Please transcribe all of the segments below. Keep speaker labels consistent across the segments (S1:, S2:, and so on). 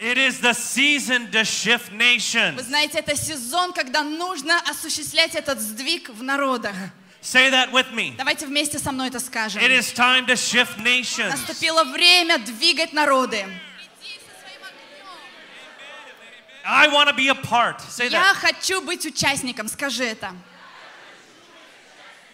S1: is the season to shift
S2: Вы
S1: nations.
S2: знаете, это сезон, когда нужно осуществлять этот сдвиг в народах.
S1: Say that with me.
S2: Давайте вместе со мной это скажем.
S1: It is time to shift nations.
S2: Наступило время двигать народы.
S1: I want to be a part. Say
S2: Я
S1: that.
S2: хочу быть участником, скажи это.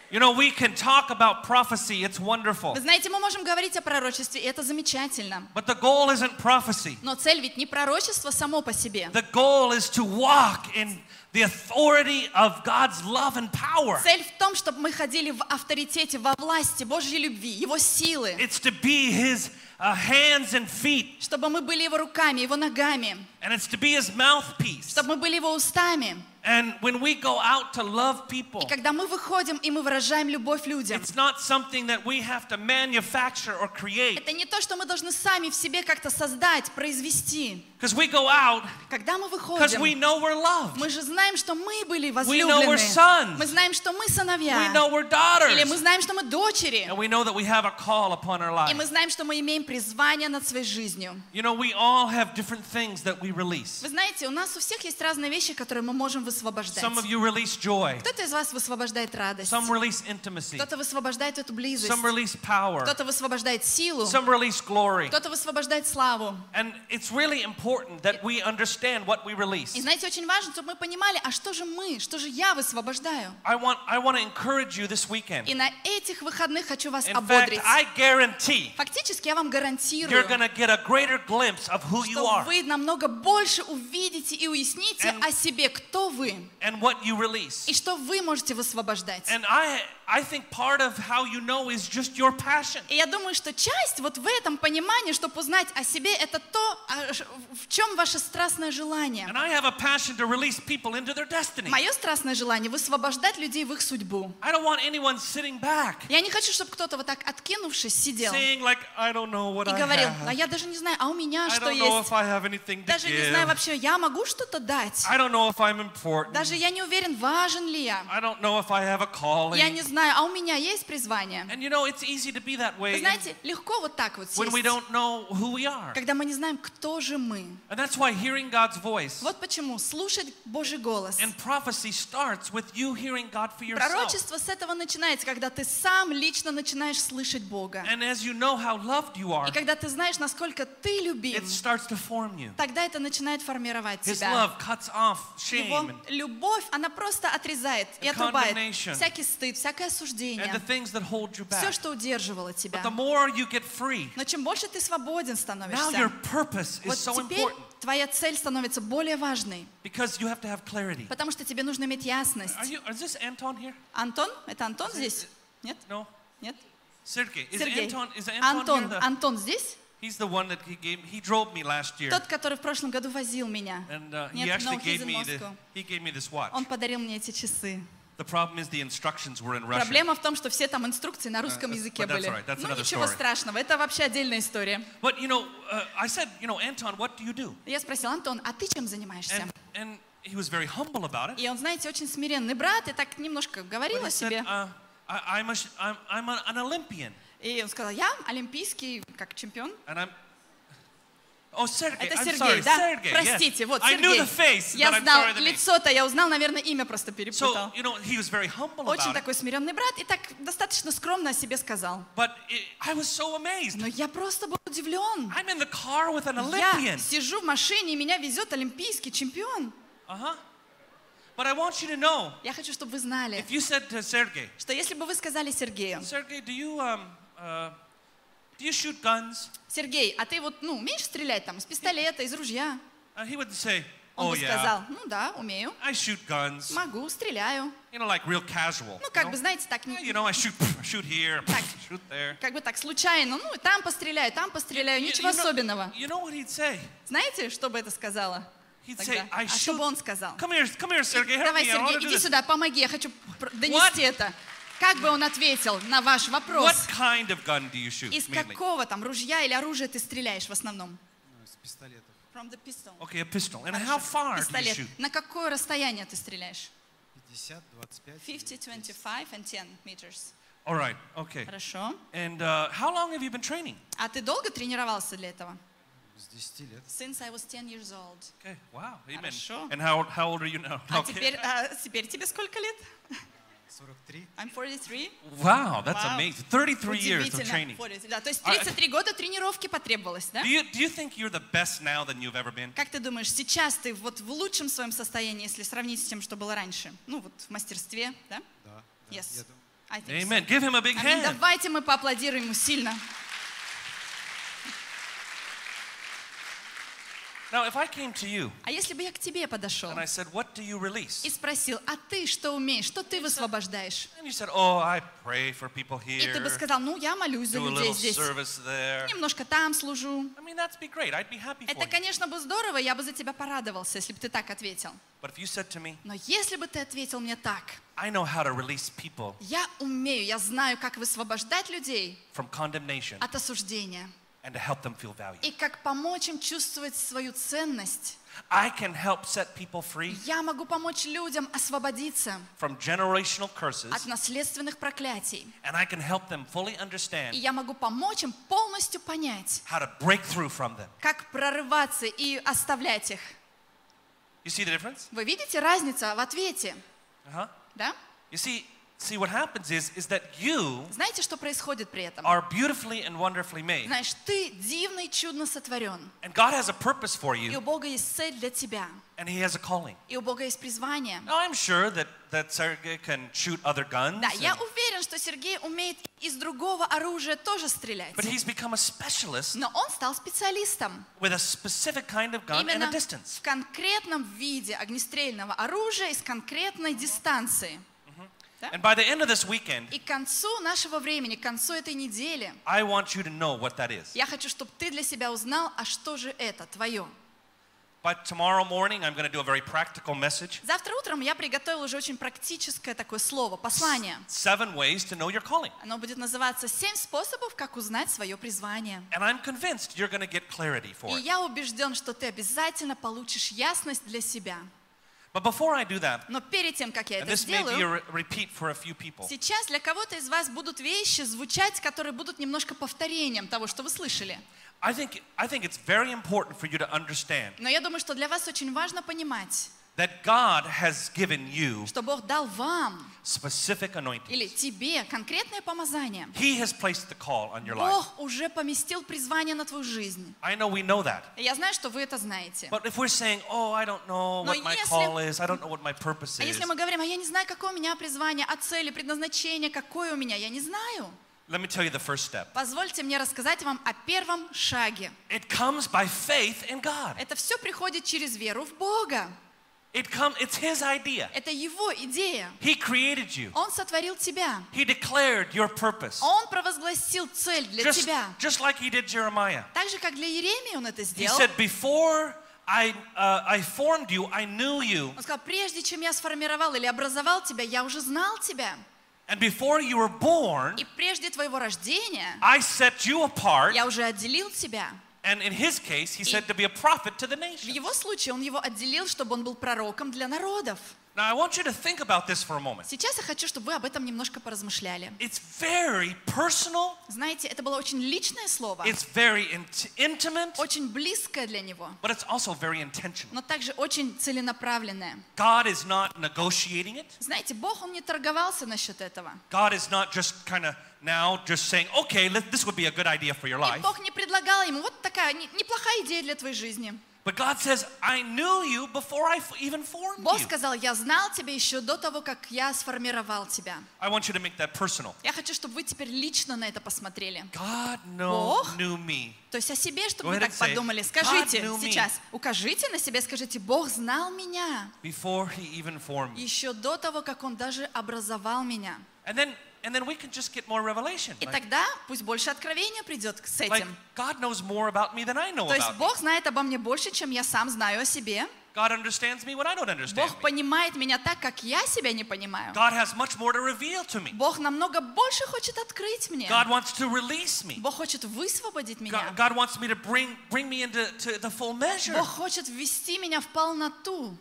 S1: You know, we can talk about prophecy, it's wonderful.
S2: Вы знаете, мы можем говорить о пророчестве, и это замечательно.
S1: But the goal isn't prophecy,
S2: Но цель ведь не пророчество само по себе.
S1: the goal is to walk in the authority of God's love and power.
S2: Цель в том, чтобы мы ходили в авторитете, во власти Божьей любви, Его силы,
S1: It's to be His uh, hands and feet,
S2: чтобы мы были Его руками, Его ногами,
S1: and it's to be His mouthpiece.
S2: чтобы мы были Его устами.
S1: And when we go out to love people,
S2: И когда мы выходим, и мы выражаем любовь людям,
S1: it's not something that we have to manufacture or create.
S2: это не то, что мы должны сами в себе как-то создать, произвести.
S1: Because we go out
S2: Когда мы
S1: because we
S2: выходим,
S1: know we're loved.
S2: мы же знаем, что мы были
S1: we're sons.
S2: возлюблены. Мы знаем, что мы
S1: We
S2: сыновья.
S1: know we're
S2: Или
S1: daughters.
S2: мы знаем, что мы дочери.
S1: And we know that we have a call upon our
S2: И мы
S1: lives.
S2: знаем, что мы имеем призвание над своей жизнью.
S1: You know, we all have different things that we release.
S2: Вы знаете, у нас у всех есть разные вещи, которые мы можем высвобождать.
S1: Some of you release joy,
S2: Кто-то из вас высвобождает радость.
S1: some release intimacy,
S2: Кто-то высвобождает эту близость.
S1: some release power,
S2: Кто-то высвобождает силу.
S1: some release glory.
S2: Кто-то высвобождает славу.
S1: And it's really important that we understand what we
S2: И
S1: release.
S2: знаете, очень важно, чтобы мы понимали, а что же мы, что же я высвобождаю.
S1: I want, I want to encourage you this weekend.
S2: И на этих выходных хочу вас
S1: In fact,
S2: ободрить.
S1: I guarantee
S2: Фактически я вам
S1: you're
S2: гарантирую,
S1: going to get a greater glimpse of who you
S2: что
S1: are
S2: вы намного больше увидите и уясните
S1: And-
S2: о себе, кто вы
S1: and what you release.
S2: и что вы можете высвобождать.
S1: And I, I think part of how you know is just your passion.
S2: И я думаю, что часть вот в этом понимании, чтобы узнать о себе, это то, а, ш- в чем ваше страстное желание.
S1: And I have a passion to release people into their destiny.
S2: Мое страстное желание высвобождать людей в их судьбу.
S1: I don't want anyone sitting back
S2: Я не хочу, чтобы кто-то вот так откинувшись сидел и
S1: saying like, I don't know what I
S2: говорил, а
S1: have.
S2: я даже не знаю, а у меня
S1: I
S2: что
S1: don't know if
S2: есть.
S1: I have anything to
S2: Даже не знаю
S1: give.
S2: вообще, я могу что-то дать.
S1: I don't know if I'm important.
S2: Даже я не уверен, важен ли я.
S1: I don't know if I have a
S2: Я не
S1: calling.
S2: знаю, а у меня есть призвание.
S1: And you know, it's easy to be that
S2: Вы
S1: way
S2: знаете, легко вот так вот
S1: when we
S2: сесть,
S1: don't know who we are.
S2: когда мы не знаем, кто же мы.
S1: And that's why hearing God's voice
S2: Вот почему слушать Божий голос.
S1: And prophecy starts with you hearing God for yourself.
S2: Пророчество с этого начинается, когда ты сам лично начинаешь слышать Бога.
S1: And as you know how loved you are,
S2: И когда ты знаешь, насколько ты любим,
S1: it starts to form you.
S2: тогда это начинает формировать
S1: His
S2: тебя.
S1: love cuts off shame
S2: Его
S1: and,
S2: любовь, она просто отрезает и
S1: And
S2: отрубает
S1: condemnation.
S2: всякий стыд, всякое
S1: and the
S2: осуждение,
S1: things that hold you
S2: все,
S1: back.
S2: что удерживало тебя.
S1: But the more you get free,
S2: Но чем больше ты свободен
S1: now your
S2: становишься,
S1: purpose is
S2: вот
S1: so
S2: теперь
S1: important
S2: твоя цель становится более важной,
S1: because you have to have clarity.
S2: потому что тебе нужно иметь
S1: Are
S2: ясность.
S1: you? Is this Anton here?
S2: Антон? Это Антон здесь? Нет?
S1: No.
S2: Нет?
S1: Sergey. Is
S2: Сергей.
S1: Anton? Is Anton,
S2: Антон,
S1: here? The-
S2: Антон здесь?
S1: he's the one that he gave. He drove me last year,
S2: Тот, который в прошлом году возил меня.
S1: and uh, he
S2: Нет,
S1: actually
S2: no, he's
S1: gave
S2: in
S1: me the,
S2: Moscow.
S1: he gave me this watch.
S2: Он подарил мне эти часы.
S1: The problem is the instructions were in Russian.
S2: Проблема в том, что все там инструкции на русском
S1: Uh, that's-
S2: языке
S1: but that's
S2: были.
S1: all right, that's
S2: Ну
S1: another
S2: ничего
S1: story.
S2: страшного, это вообще отдельная история.
S1: But you know, uh, I said, you know, Anton, what do you do?
S2: Я спросила, Антон, а ты чем занимаешься?
S1: And, and he was very humble about it.
S2: И он, знаете, очень смиренный брат, и так немножко
S1: But
S2: говорил
S1: he
S2: о
S1: said,
S2: себе.
S1: uh, I, I'm, a sh- I'm, I'm an, an Olympian,
S2: И он сказал, я олимпийский, как чемпион.
S1: and I'm. Oh, Sergey,
S2: Это
S1: I'm
S2: Сергей,
S1: sorry,
S2: да?
S1: Sergey.
S2: Простите,
S1: yes.
S2: вот
S1: I knew
S2: Сергей.
S1: the face,
S2: Я
S1: but I'm
S2: знал
S1: sorry the name.
S2: лицо-то, я узнал, наверное, имя просто
S1: So
S2: перепутал.
S1: you know, he was very humble
S2: Очень
S1: about it.
S2: такой смиренный брат, и так достаточно скромно о себе сказал.
S1: But it, I was so amazed.
S2: Но я просто был удивлен.
S1: I'm in the car with an
S2: Я
S1: Olympian.
S2: сижу в машине, и меня везет олимпийский чемпион.
S1: Uh huh. But I want you to know,
S2: Я хочу, чтобы вы знали,
S1: if you said to Sergey,
S2: что если бы вы сказали Сергею,
S1: Sergey, do you um, uh, do you shoot guns?
S2: Сергей, а ты вот, ну, умеешь стрелять там из пистолета, из ружья?
S1: Uh, he would say,
S2: Он
S1: Oh
S2: бы
S1: yeah,
S2: сказал, ну да, умею,
S1: I shoot guns.
S2: могу, стреляю.
S1: You know, like real casual.
S2: Ну,
S1: you,
S2: как
S1: know?
S2: бы, знаете, так, не-
S1: Yeah, you know, I shoot, shoot here,
S2: Так.
S1: shoot there.
S2: как бы так случайно, ну, там постреляю, там постреляю,
S1: You-
S2: ничего
S1: you know-
S2: особенного.
S1: You know what he'd say?
S2: Знаете, что бы это сказала?
S1: He'd say,
S2: Тогда?
S1: I
S2: А что бы
S1: shoot.
S2: он сказал?
S1: Come here, come here, Sergey. Help
S2: Ah, Давай,
S1: me. I want
S2: Сергей,
S1: to do
S2: иди
S1: this.
S2: сюда, помоги, я хочу пр- донести это. Как бы он ответил на ваш вопрос?
S1: What kind of gun do you shoot?
S2: Из
S1: mainly?
S2: какого там ружья или оружия ты стреляешь в основном?
S3: Ну,
S2: From the pistol.
S1: Okay, a pistol. And how far do you
S2: Пистолет.
S1: shoot?
S2: На какое расстояние ты стреляешь?
S3: 50, 25.
S2: 50, 25 and 10 meters.
S1: All right. Okay.
S2: Хорошо.
S1: And uh, how long have you been training?
S2: А ты долго тренировался для этого?
S3: с 10 лет.
S2: Since I was 10 years old.
S1: Okay, wow, amen.
S2: Хорошо.
S1: And how, how old are you now?
S2: А
S1: Okay.
S2: теперь, а теперь тебе сколько лет?
S3: 43.
S2: I'm 43.
S1: Wow, that's
S2: Wow.
S1: amazing. 33 years of
S2: Удивительно.
S1: training.
S2: 40, да, то есть
S1: А-
S2: 33 года тренировки потребовалось, да?
S1: Do you, do you think you're the best now than you've ever been?
S2: Как ты думаешь, сейчас ты вот в лучшем своем состоянии, если сравнить с тем, что было раньше? Ну вот в мастерстве, да?
S3: Да. да,
S2: Yes.
S3: я думаю.
S2: I think so.
S1: Amen. Give him a big
S2: Аминь.
S1: hand.
S2: Давайте мы поаплодируем ему сильно.
S1: Now, if I came to you
S2: А если бы я к тебе подошел
S1: and I said, What do you
S2: и
S1: release?
S2: спросил, а ты что умеешь, что ты высвобождаешь?
S1: And you said, Oh, I pray for people
S2: И
S1: here,
S2: ты бы сказал, ну я молюсь за
S1: do a
S2: людей
S1: little
S2: здесь,
S1: service there.
S2: немножко там служу.
S1: I mean, that'd be great. I'd be happy for
S2: Это,
S1: you.
S2: конечно, бы здорово, я бы за тебя порадовался, если бы ты так ответил.
S1: But if you said to me,
S2: Но если бы ты ответил мне так,
S1: I know how to release people
S2: я умею, я знаю, как высвобождать людей
S1: from condemnation
S2: от осуждения
S1: and to help them feel valued.
S2: и как помочь им чувствовать свою ценность,
S1: I can help set people free
S2: я могу помочь людям освободиться
S1: from generational curses,
S2: от наследственных проклятий.
S1: and I can help them fully
S2: И
S1: understand
S2: я могу помочь им полностью понять,
S1: how to break through from them.
S2: как прорываться и оставлять их.
S1: You see the difference?
S2: Вы видите разницу в ответе,
S1: Uh-huh.
S2: да?
S1: You see, see what happens is is that you
S2: Знаете, что происходит при этом?
S1: are beautifully and wonderfully made.
S2: Знаешь, ты дивно и чудно сотворен.
S1: And God has a purpose for
S2: И
S1: you,
S2: у Бога есть цель для тебя.
S1: and He has a calling.
S2: И у Бога есть призвание.
S1: Now, I'm sure that, that Sergei can shoot other guns,
S2: Да, я
S1: and-
S2: уверен, что Сергей умеет из другого оружия тоже стрелять.
S1: but he's become a specialist
S2: Но он стал специалистом
S1: with a specific kind of gun and
S2: именно
S1: a distance.
S2: в конкретном виде огнестрельного оружия и с конкретной дистанции. да?
S1: And by the end of this weekend,
S2: И к концу нашего времени, к концу этой недели,
S1: I want you to know what that is.
S2: я хочу, чтобы ты для себя узнал, а что же это твое.
S1: But tomorrow morning, I'm going to do a very practical message.
S2: Завтра утром я приготовила уже очень практическое такое слово, послание.
S1: Seven ways to know your calling.
S2: Оно будет называться «Семь способов, как узнать свое призвание».
S1: And I'm convinced you're going to get clarity
S2: И
S1: for it.
S2: я убежден, что ты обязательно получишь ясность для себя.
S1: But before I do that,
S2: Но перед тем, как я
S1: and
S2: это
S1: this may be a
S2: сделаю,
S1: re- repeat for a few people,
S2: сейчас для кого-то из вас будут вещи звучать, которые будут немножко повторением того, что вы слышали.
S1: I think, I think it's very important for you to understand
S2: Но я думаю, что для вас очень важно понимать,
S1: that God has given you
S2: что Бог дал вам
S1: specific anointing.
S2: или тебе конкретное помазание.
S1: He has placed the call on
S2: Oh.
S1: your life.
S2: Бог уже поместил призвание на твою жизнь.
S1: I know we know that.
S2: И Я знаю, что вы это знаете.
S1: But if we're saying, oh, I don't know
S2: Но
S1: what my
S2: если-
S1: call is, I don't know what my purpose
S2: А
S1: is,
S2: если мы говорим, а я не знаю, какое у меня призвание, а цели, предназначение, какое у меня, я не знаю.
S1: let me tell you the first step.
S2: Позвольте мне рассказать вам о первом шаге.
S1: It comes by faith in God.
S2: Это все приходит через веру в Бога.
S1: It come, it's His idea.
S2: Это Его идея.
S1: He created you.
S2: Он сотворил тебя.
S1: He declared your purpose.
S2: Он провозгласил цель для
S1: Just,
S2: тебя.
S1: just like he did Jeremiah.
S2: Так же, как для Еремии он это
S1: He
S2: сделал.
S1: said, Before I, uh, I formed you, I knew you.
S2: Он сказал, прежде чем я сформировал или образовал тебя, я уже знал тебя.
S1: And before you were born,
S2: И прежде твоего рождения
S1: I set you apart.
S2: я уже отделил тебя.
S1: And in his case, he said to be a prophet to the
S2: В
S1: nation.
S2: его случае он его отделил, чтобы он был пророком для народов.
S1: Now, I want you to think about this for a moment.
S2: Сейчас я хочу, чтобы вы об этом немножко поразмышляли.
S1: It's very personal,
S2: Знаете, это было очень личное слово,
S1: it's very int- intimate,
S2: очень близкое для него,
S1: but it's also very intentional.
S2: но также очень целенаправленное.
S1: God is not negotiating it.
S2: Знаете, Бог, Он не торговался насчет этого.
S1: God is not just kind of now just saying, okay, let, this would be a good idea for your
S2: И
S1: life.
S2: Бог не предлагал ему, вот такая не- неплохая идея для твоей жизни.
S1: But God says, I knew you before I f- even formed
S2: Бог
S1: you.
S2: сказал, я знал тебя еще до того, как я сформировал тебя.
S1: I want you to make that personal.
S2: Я хочу, чтобы вы теперь лично на это посмотрели.
S1: God know,
S2: Бог?
S1: knew me.
S2: То есть о себе, чтобы
S1: Go
S2: вы
S1: ahead
S2: так
S1: and say,
S2: подумали.
S1: God
S2: Скажите
S1: knew me.
S2: сейчас, укажите на себя, скажите, Бог знал меня
S1: before he even formed me.
S2: еще до того, как Он даже образовал меня.
S1: And then and then we can just get more revelation.
S2: И
S1: Like,
S2: тогда пусть больше откровения придет к- с
S1: like,
S2: этим.
S1: God knows more about me than I know
S2: То есть
S1: about me.
S2: Бог знает обо мне больше, чем я сам знаю о себе.
S1: God understands me when I don't understand
S2: Бог
S1: me.
S2: понимает меня так, как я себя не понимаю.
S1: God has much more to reveal to me.
S2: Бог намного больше хочет открыть мне.
S1: God wants to release me.
S2: Бог хочет высвободить меня.
S1: God, God wants me to bring bring me into to the full measure.
S2: Бог хочет ввести меня в полноту.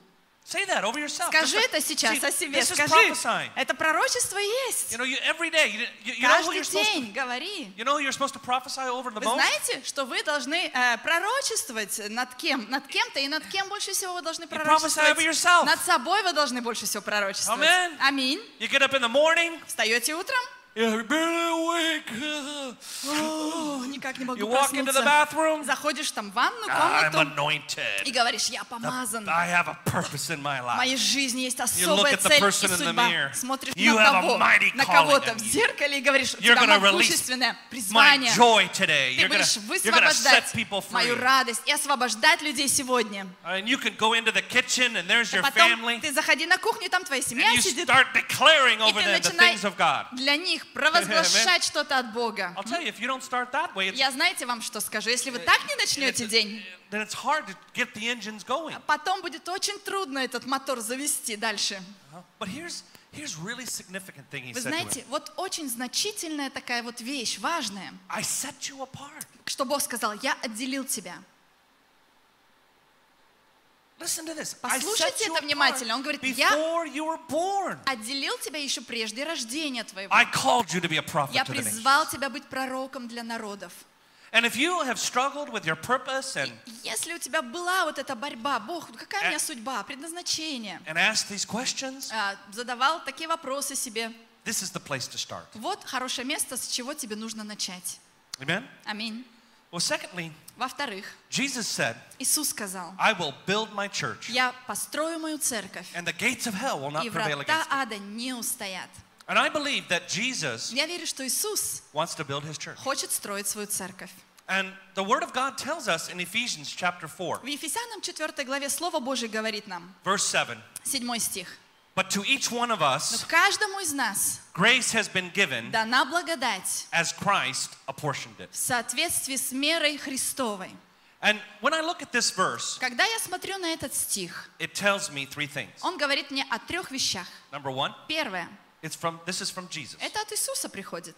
S1: Say that over yourself. That's
S2: Скажи
S1: like-
S2: это сейчас
S1: See,
S2: о себе.
S1: This is
S2: Скажи,
S1: prophesying.
S2: это пророчество есть.
S1: You know, you, every day, you, you, you know who
S2: Каждый
S1: you're supposed to,
S2: день говори.
S1: you know who you're supposed to prophesy over the
S2: Вы
S1: most?
S2: знаете, что вы должны э, пророчествовать над кем? Над кем-то и над кем больше всего вы должны
S1: prophesy
S2: пророчествовать?
S1: over yourself.
S2: Над собой вы должны больше всего пророчествовать.
S1: Amen.
S2: Аминь.
S1: You get up in the morning,
S2: Встаете утром?
S1: you're barely awake.
S2: «О, никак не могу
S1: uh, You walk into the
S2: проснуться».
S1: bathroom,
S2: Заходишь там в ванну,
S1: I'm
S2: комнату и
S1: anointed.
S2: говоришь, я
S1: The-
S2: помазан.
S1: I have a purpose in my
S2: В
S1: life.
S2: моей жизни есть
S1: You look
S2: особая
S1: at the
S2: цель и
S1: person in the
S2: судьба.
S1: mirror.
S2: Смотришь
S1: You
S2: на
S1: have a
S2: того,
S1: mighty
S2: на
S1: calling
S2: кого-то
S1: on
S2: в
S1: you.
S2: зеркале и говоришь, у
S1: You're
S2: тебя
S1: gonna release
S2: могущественное
S1: My
S2: призвание.
S1: joy today,
S2: Ты
S1: you're gonna,
S2: будешь
S1: you're gonna set
S2: высвобождать
S1: people free.
S2: мою радость и освобождать людей сегодня.
S1: And you can go into the kitchen and there's your
S2: Потом
S1: family.
S2: ты заходи на кухню, там твоя семья
S1: And you
S2: сидит,
S1: start declaring
S2: и
S1: over
S2: ты
S1: them the
S2: начинай
S1: things of God.
S2: для них провозглашать что-то от Бога.
S1: I'll tell you, if you don't start that way, it's,
S2: Я знаете вам что скажу, если вы так не
S1: it's-
S2: начнете день,
S1: then it's hard to get the engines going.
S2: потом будет очень trудно этот мотор завести дальше.
S1: But here's here's really significant thing he
S2: Вы
S1: said to him.
S2: знаете, вот очень значительная такая вот вещь, важная,
S1: I set you apart.
S2: что Бог сказал, я отделил тебя.
S1: Listen to this. I set
S2: Послушайте
S1: you
S2: это внимательно. Он
S1: apart
S2: говорит, «Я-
S1: before you were born.
S2: Отделил тебя еще прежде рождения твоего.
S1: I called you to be a
S2: Я
S1: prophet to the nations.
S2: призвал тебя быть пророком для народов.
S1: And if you have struggled with your purpose and
S2: Если у тебя была вот эта борьба, Бог, ну какая у
S1: Э.
S2: меня судьба, предназначение,
S1: and asked these questions,
S2: А, задавал такие вопросы себе,
S1: this is the place to start.
S2: вот хорошее место, с чего тебе нужно начать.
S1: Amen.
S2: Аминь.
S1: Well, secondly,
S2: Во-вторых,
S1: Jesus said,
S2: Иисус сказал,
S1: "I will build my church,
S2: я построю мою церковь,
S1: and the gates of hell will not
S2: и
S1: prevail
S2: врата
S1: against it."
S2: ада не устоят.
S1: And I believe that Jesus
S2: Я верю, что Иисус
S1: wants to build his church.
S2: хочет строить свою церковь.
S1: And the word of God tells us in Ephesians chapter 4,
S2: В Ефесянам 4 главе Слово Божие говорит нам,
S1: verse 7,
S2: 7 стих,
S1: but to each one of
S2: «Но
S1: us
S2: каждому из нас
S1: grace has been given
S2: дана благодать
S1: as Christ apportioned it.
S2: в соответствии с мерой Христовой».
S1: And when I look at this verse,
S2: Когда я смотрю на этот стих,
S1: it tells me three things.
S2: он говорит мне о трех вещах.
S1: Number 1,
S2: Первое,
S1: it's from this is from Jesus.
S2: это от Иисуса приходит.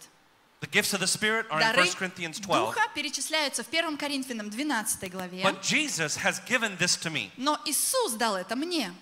S1: The gifts of the Spirit are in
S2: Дары
S1: 1 Corinthians 12.
S2: Духа перечисляются в 1 Коринфянам 12 главе.
S1: But Jesus has given this to me.
S2: Но Иисус дал это мне.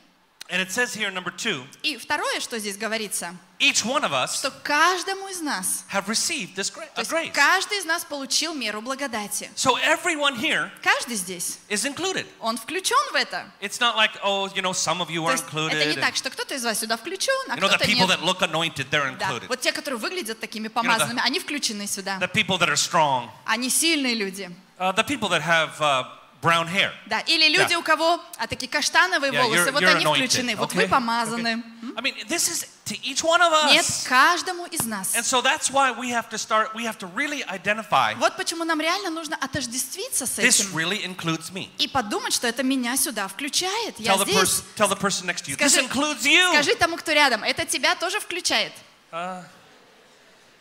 S1: And it says here, number two,
S2: И второе, что здесь говорится,
S1: each one of us
S2: что каждому из нас,
S1: have received this gra- a
S2: то есть
S1: grace.
S2: каждый из нас получил меру благодати.
S1: So everyone here
S2: Каждый здесь,
S1: is included.
S2: он включен в это.
S1: It's not like, oh, you know, some of you
S2: То
S1: are
S2: есть это
S1: included.
S2: не
S1: and-
S2: так, что кто-то из вас сюда включен, а
S1: You know, the
S2: кто-то
S1: people
S2: нет.
S1: that look anointed, they're
S2: Да,
S1: included.
S2: Вот те, которые выглядят такими помазанными, они включены сюда.
S1: The people that are strong,
S2: Они сильные люди.
S1: uh, the people that have uh, brown hair.
S2: Да, или люди,
S1: Yeah.
S2: у кого а, такие каштановые
S1: Yeah,
S2: волосы,
S1: you're-
S2: вот
S1: you're
S2: они
S1: anointed,
S2: включены, вот
S1: okay?
S2: вы помазаны.
S1: Mm-hmm. I mean, this is to each one of
S2: Нет,
S1: us.
S2: каждому из нас.
S1: And so that's why we have to start, we have to really identify
S2: Вот почему нам реально нужно отождествиться с
S1: this
S2: этим
S1: really includes me.
S2: и подумать, что это меня сюда включает. Я
S1: Tell the,
S2: здесь.
S1: person, tell the person next to you, this
S2: Скажи-
S1: includes you.
S2: Скажи тому, кто рядом, это тебя тоже включает.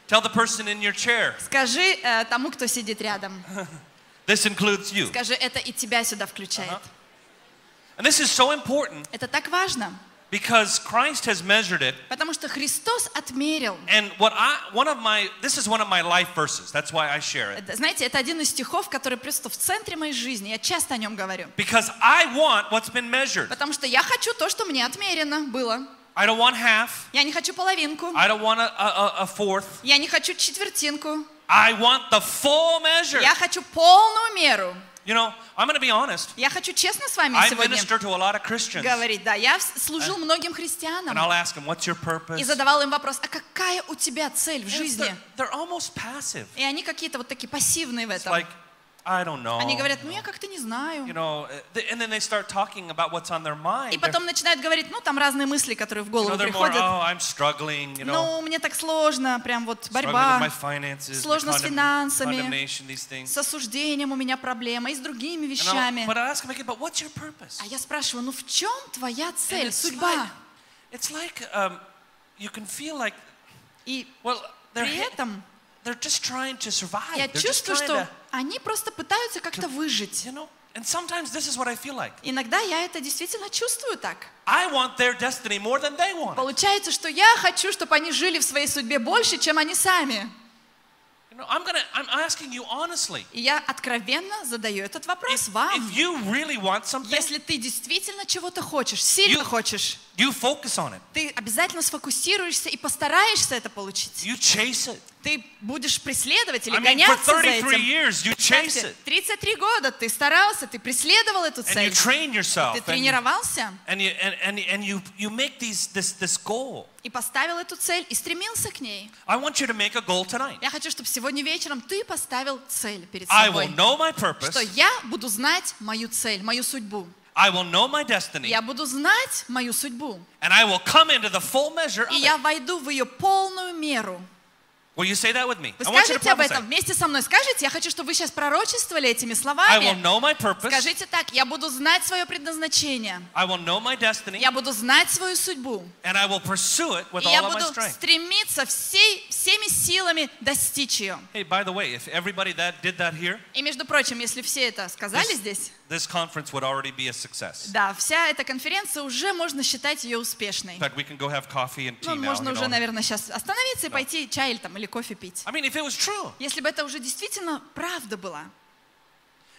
S1: Tell the person in your chair,
S2: Скажи э, тому, кто сидит рядом.
S1: this includes you.
S2: Скажи, это и тебя сюда включает.
S1: Ага. And this is so important
S2: Это так важно,
S1: because Christ has measured it.
S2: потому что Христос отмерил.
S1: And what I, one of my, this is one of my life verses. That's why I share it.
S2: Это, Знаете, это один из стихов, который просто в центре моей жизни. Я часто о нем говорю.
S1: Because I want what's been measured.
S2: Потому что я хочу то, что мне отмерено было.
S1: I don't want half.
S2: Я не хочу половинку.
S1: I don't want a, a, a- a fourth.
S2: Я не хочу четвертинку.
S1: I want the full measure.
S2: Я хочу полную меру.
S1: You know, I'm going to be honest.
S2: Я хочу честно с вами
S1: I
S2: сегодня
S1: minister to a lot of Christians. Э.
S2: говорить. Да, я вс- служил многим
S1: And
S2: христианам
S1: I'll ask them, what's your
S2: и
S1: purpose?
S2: задавал им вопрос, а какая у тебя цель в
S1: And it's-
S2: жизни?
S1: They're, they're almost passive.
S2: И они какие-то вот такие пассивные в
S1: It's
S2: этом.
S1: like, I don't know.
S2: Они говорят, ну я как-то не
S1: You
S2: знаю.
S1: know, uh, th- and then they start talking about what's on their mind.
S2: И потом начинают говорить, ну там разные мысли, которые в
S1: They're- you know,
S2: голову
S1: they're more,
S2: приходят.
S1: oh, I'm struggling, you know,
S2: Ну, мне так сложно, прям вот
S1: struggling with my
S2: борьба
S1: finances, my
S2: Сложно с
S1: condemn-
S2: финансами.
S1: condemnation, these things.
S2: с осуждением у меня проблема, и с
S1: And
S2: другими
S1: I'll-
S2: вещами.
S1: but I ask them again, but what's your purpose?
S2: А я спрашиваю, ну в чем твоя
S1: And
S2: цель,
S1: it's
S2: судьба?
S1: like- It's like um, you can feel like,
S2: И
S1: well, they're,
S2: при
S1: hi-
S2: этом
S1: they're just trying to survive.
S2: я
S1: They're just
S2: чувствую,
S1: trying
S2: что
S1: to,
S2: они просто пытаются как-то выжить.
S1: you know, and sometimes this is what I feel like.
S2: Иногда я это действительно чувствую так.
S1: I want their destiny more than they want. it.
S2: Получается, что я хочу, чтобы они жили в своей судьбе больше, чем они сами.
S1: You You know, I'm gonna. I'm asking you honestly.
S2: И я откровенно задаю этот вопрос
S1: If,
S2: вам.
S1: if you really want something,
S2: Если ты действительно чего-то хочешь, сильно
S1: You-
S2: хочешь,
S1: you focus on it.
S2: ты обязательно сфокусируешься и постараешься это получить.
S1: You chase it.
S2: Ты будешь преследовать или
S1: I mean, for
S2: гоняться за
S1: 33
S2: этим.
S1: years, you chase
S2: Представьте,
S1: it
S2: 33 года ты старался, ты преследовал эту
S1: and you
S2: цель,
S1: train yourself.
S2: ты
S1: and you-
S2: тренировался
S1: and you and, and, and you you make these this this goal
S2: и поставил эту цель и стремился к ней.
S1: i want you to make a goal tonight
S2: Я хочу, чтобы сегодня вечером ты поставил цель перед
S1: i will
S2: собой,
S1: know my
S2: что
S1: purpose
S2: я буду знать мою цель, мою судьбу.
S1: i will know my destiny
S2: Я буду знать мою судьбу,
S1: and i will come into the full measure of
S2: и
S1: it.
S2: я войду в ее полную меру.
S1: will you say that with me
S2: Вы
S1: i want you to
S2: скажете об этом
S1: prophesy
S2: вместе со мной? Скажите, я хочу, чтобы вы сейчас пророчествовали этими
S1: i will
S2: словами.
S1: know my purpose
S2: Скажите так, я буду знать свое предназначение,
S1: i will know my destiny
S2: я буду знать свою судьбу,
S1: and i will pursue it with
S2: и я
S1: all of my
S2: буду
S1: strength
S2: стремиться всей, всеми силами достичь ее.
S1: hey by the way if everybody that did that here
S2: И, между прочим, если все это сказали
S1: this-
S2: здесь,
S1: this conference would already be a success
S2: да, вся эта конференция уже можно считать ее успешной.
S1: in fact we can go have coffee and tea
S2: Ну,
S1: now
S2: можно
S1: you
S2: уже,
S1: know.
S2: наверное, сейчас остановиться и пойти чай или, там, или кофе пить.
S1: i mean if it was true
S2: Если бы это уже действительно правда была.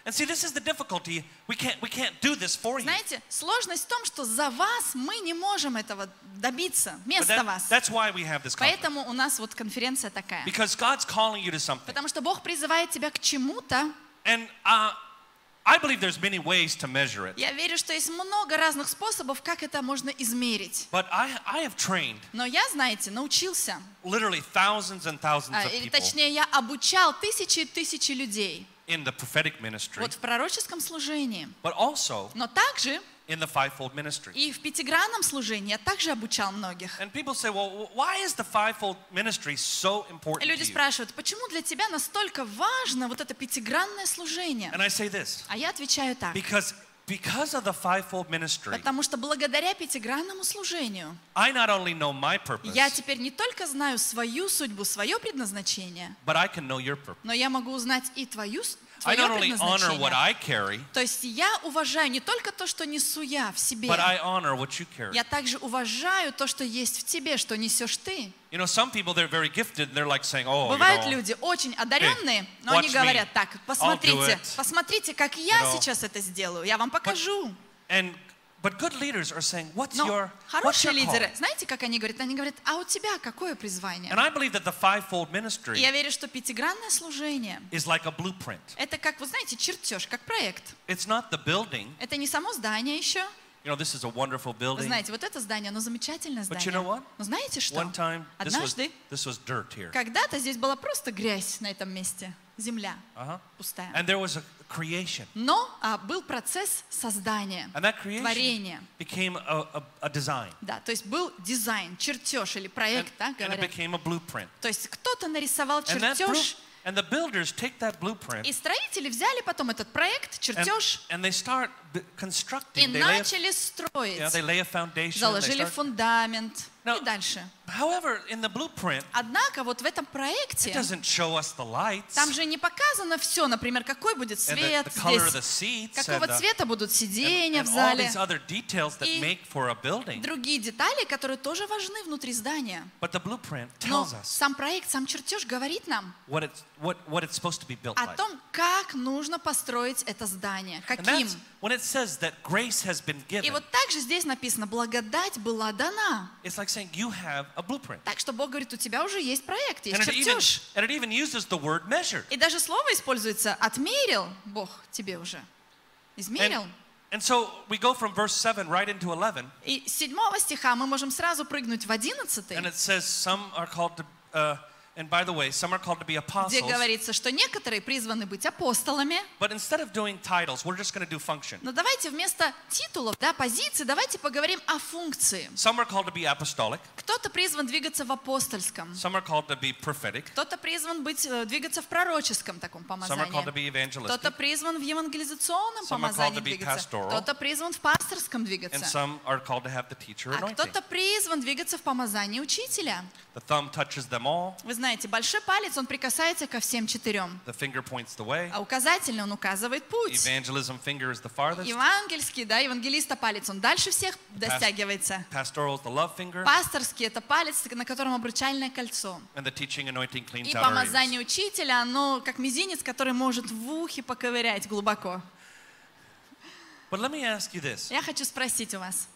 S1: and see this is the difficulty we can't we can't do this for you
S2: Знаете, сложность в том, что за вас мы не можем этого добиться,
S1: But
S2: вместо
S1: that-
S2: вас.
S1: That's why we have this conference.
S2: Поэтому у нас вот конференция такая.
S1: Because God's calling you to something.
S2: Потому что Бог призывает тебя к чему-то.
S1: And uh, I believe there's many ways to measure it.
S2: Я верю, что есть много разных способов, как это можно измерить.
S1: But I, I have trained
S2: Но я, знаете, научился,
S1: literally thousands and thousands
S2: а,
S1: of
S2: или
S1: people
S2: точнее, я обучал тысячи и тысячи людей
S1: in the prophetic ministry,
S2: вот в пророческом служении.
S1: but also
S2: Но также
S1: in the fivefold ministry.
S2: и в пятигранном служении я также обучал многих.
S1: And people say, well, wh- why is the fivefold ministry so important
S2: Люди
S1: to you?
S2: спрашивают, почему для тебя настолько важно вот это пятигранное служение?
S1: And I say this,
S2: А я отвечаю так.
S1: because because of the fivefold ministry,
S2: Потому что благодаря пятигранному служению
S1: I not only know my purpose,
S2: я теперь не только знаю свою судьбу, свое предназначение,
S1: but I can know your purpose.
S2: но я могу узнать и твою, с-
S1: I
S2: твое
S1: not only honor what
S2: предназначение.
S1: I carry,
S2: То есть я уважаю не только то, что несу я в себе,
S1: but I honor what you carry.
S2: я также уважаю то, что есть в тебе, что несешь ты.
S1: You know, some people they're very gifted. They're like saying, "Oh, you
S2: Бывают
S1: know,
S2: люди очень одаренные, но
S1: watch
S2: они
S1: me.
S2: говорят так, посмотрите,
S1: it.
S2: посмотрите, как я
S1: You know.
S2: сейчас это сделаю, я вам покажу.
S1: And but good leaders are saying, "What's
S2: Но
S1: your what's
S2: хорошие
S1: your call?"
S2: лидеры, знаете, как они говорят? Они говорят, а у тебя какое призвание?
S1: And I believe that the fivefold
S2: И
S1: ministry
S2: я верю, что пятигранное служение
S1: is like a blueprint.
S2: это как, вы знаете, чертеж, как проект.
S1: It's not the building.
S2: Это не само здание еще.
S1: You know, this is a wonderful
S2: Вы
S1: building.
S2: знаете, вот это здание, оно замечательное
S1: But you
S2: здание.
S1: know what?
S2: Но знаете что?
S1: One time, this was
S2: Однажды,
S1: this was dirt here,
S2: когда-то здесь была просто грязь на этом месте, земля
S1: uh-huh.
S2: пустая.
S1: and there was a creation,
S2: Но а, был процесс создания.
S1: and that creation
S2: Творение.
S1: became a, a, a design,
S2: Да, то есть был дизайн, чертеж или
S1: and,
S2: проект, да,
S1: and it
S2: Э, говорят.
S1: became a blueprint.
S2: То есть кто-то нарисовал
S1: And that blu-
S2: чертеж,
S1: and the builders take that blueprint
S2: и строители взяли потом этот проект,
S1: and,
S2: чертеж,
S1: and they start b-
S2: и
S1: constructing. They lay a
S2: начали
S1: You know,
S2: строить.
S1: they lay a foundation. they
S2: Заложили
S1: start-
S2: фундамент
S1: No.
S2: и дальше.
S1: However, in the blueprint,
S2: Однако вот в этом
S1: it
S2: проекте
S1: doesn't show us the lights
S2: там же не показано все, например, какой будет
S1: and the,
S2: свет
S1: the color of the
S2: здесь,
S1: seats and,
S2: какого
S1: the,
S2: цвета будут
S1: and,
S2: сиденья в
S1: and all
S2: зале,
S1: these other details that
S2: И
S1: make for a building.
S2: другие детали, которые тоже важны внутри здания.
S1: But the blueprint
S2: Но
S1: tells us
S2: сам проект, сам чертеж говорит нам
S1: what it's what what it's supposed to be built
S2: о
S1: like.
S2: том, как нужно построить это здание,
S1: And
S2: каким.
S1: that's when it says that grace has been
S2: И
S1: given.
S2: вот также здесь написано, благодать была дана.
S1: It's like saying you have a blueprint,
S2: Так что Бог говорит, у тебя уже есть проект, есть
S1: and it even
S2: чертеж.
S1: and it even uses the word measure.
S2: И даже слово используется «отмерил» Бог тебе уже. Измерил.
S1: And, and so we go from verse seven right into eleven,
S2: И с 7 стиха мы можем сразу прыгнуть в 11,
S1: and it says some are called to. Uh, and by the way, some are called to be
S2: где
S1: apostles.
S2: говорится, что некоторые призваны быть апостолами.
S1: But instead of doing titles, we're just going to do function.
S2: Но давайте вместо титулов, да, позиций, давайте поговорим о функции.
S1: Some are called to be apostolic,
S2: Кто-то призван двигаться в апостольском,
S1: some are called to be prophetic,
S2: кто-то призван быть, э, двигаться в пророческом таком
S1: some are called to
S2: помазании.
S1: be
S2: Кто-то
S1: evangelistic,
S2: призван в евангелизационном
S1: Some are called
S2: помазании
S1: to be
S2: двигаться,
S1: pastoral.
S2: кто-то призван в пасторском
S1: and
S2: двигаться,
S1: some are called to have the teacher
S2: а
S1: anointing.
S2: кто-то призван двигаться в помазании учителя.
S1: The thumb touches them all.
S2: Вы знаете, большой палец, он прикасается ко всем четырем.
S1: The finger points the way.
S2: А указательный, он указывает путь.
S1: Evangelism finger is the farthest.
S2: Евангельский, да, евангелиста палец, он дальше всех достягивается.
S1: Pastoral is the love finger.
S2: Пасторский, это палец, на котором обручальное кольцо.
S1: And the teaching anointing
S2: И
S1: cleans out our ears.
S2: помазание учителя, оно как мизинец, который может в ухе поковырять глубоко.
S1: But let me ask you this.
S2: Я хочу спросить у вас,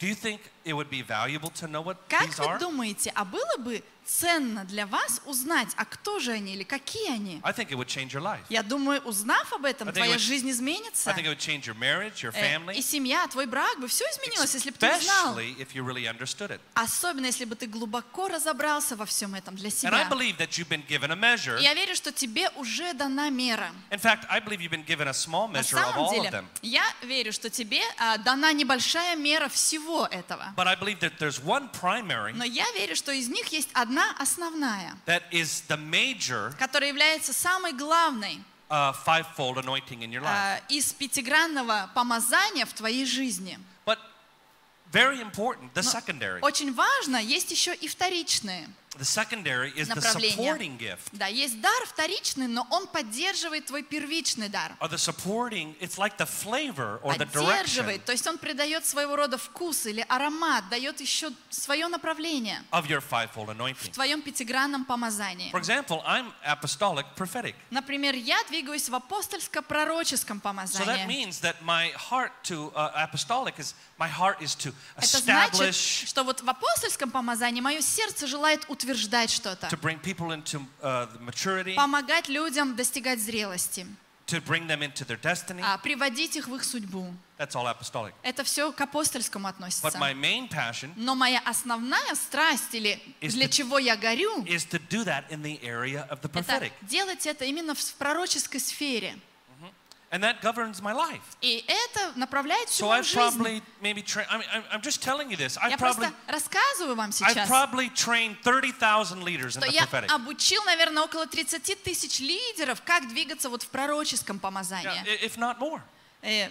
S1: Do you think it would be valuable to know what
S2: как
S1: these
S2: вы
S1: are?
S2: думаете, а было бы ценно для вас узнать, а кто же они или какие они?
S1: I think it would change your life.
S2: Я думаю, узнав об
S1: I
S2: этом,
S1: think
S2: твоя
S1: it-
S2: жизнь
S1: I
S2: изменится.
S1: think it would change your marriage, your
S2: Э,
S1: family,
S2: И семья, твой брак бы, все изменилось, если бы ты узнал.
S1: especially if you really understood it.
S2: Особенно, если бы ты глубоко разобрался во всем этом для
S1: And I
S2: себя.
S1: believe that you've been given a measure.
S2: И я верю, что тебе уже дана мера.
S1: In fact, I believe you've been given a small
S2: На
S1: measure of
S2: самом
S1: all of
S2: деле,
S1: them.
S2: я верю, что тебе а, дана небольшая мера всего этого.
S1: But I believe that there's one primary
S2: Но я верю, что из них есть одна основная,
S1: that is the major
S2: которая является самой главной
S1: uh, fivefold anointing in your life.
S2: а, из пятигранного помазания в твоей жизни.
S1: But very important, the
S2: Но
S1: secondary.
S2: Очень важно, есть еще и вторичные.
S1: The secondary is the
S2: направление.
S1: supporting gift.
S2: Да, есть дар вторичный, но он поддерживает твой первичный дар.
S1: Or the supporting, it's like the flavor or the direction
S2: Поддерживает, то есть он придает своего рода вкус или аромат, дает еще свое направление
S1: of your fivefold
S2: в
S1: anointing.
S2: твоем пятигранном помазании.
S1: For example, I'm apostolic prophetic.
S2: Например, я двигаюсь в апостольско-пророческом
S1: So that
S2: помазании.
S1: means that my heart to uh, apostolic is my heart is to
S2: Это значит,
S1: establish
S2: что вот в апостольском помазании мое сердце желает утверждать что-то,
S1: to bring people into uh, the maturity,
S2: помогать людям достигать зрелости,
S1: to bring them into their destiny.
S2: а, приводить их в их судьбу.
S1: That's all apostolic.
S2: Это все к апостольскому
S1: But
S2: относится.
S1: my main passion
S2: Но моя основная страсть или
S1: Is
S2: для
S1: to-
S2: чего я горю,
S1: is to do that in the area of the
S2: Mm. это
S1: prophetic.
S2: делать это именно в пророческой сфере.
S1: And that governs my life.
S2: И это направляет всю
S1: So I
S2: мою жизнь.
S1: probably maybe train I mean, I'm, I'm just telling you this. I
S2: Я
S1: probably
S2: просто рассказываю вам
S1: I
S2: сейчас,
S1: probably trained 30,000 leaders in
S2: что
S1: the
S2: я
S1: prophetic.
S2: обучил, наверное, около 30 тысяч лидеров, как двигаться вот в пророческом
S1: Yeah,
S2: помазании.
S1: i- if not more.
S2: Э,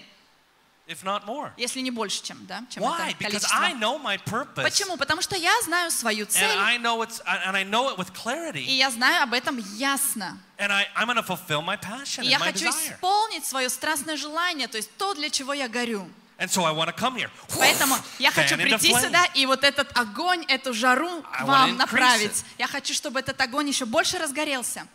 S1: If not more.
S2: если не больше, чем, да, чем
S1: Why?
S2: это
S1: Because
S2: количество.
S1: I know my purpose.
S2: Почему? Потому что я знаю свою цель,
S1: And I know it's and I know it with
S2: и
S1: clarity.
S2: я знаю об этом ясно.
S1: And I, I'm gonna fulfill my passion
S2: И
S1: and
S2: я
S1: my
S2: хочу
S1: desire.
S2: исполнить свое страстное желание, то есть то, для чего я горю.
S1: And so I want to come here.
S2: Поэтому я хочу
S1: Fan into
S2: прийти
S1: flame.
S2: сюда и вот этот огонь, эту жару
S1: I wanna increase
S2: вам
S1: it.
S2: направить. Я хочу, чтобы этот огонь еще больше разгорелся.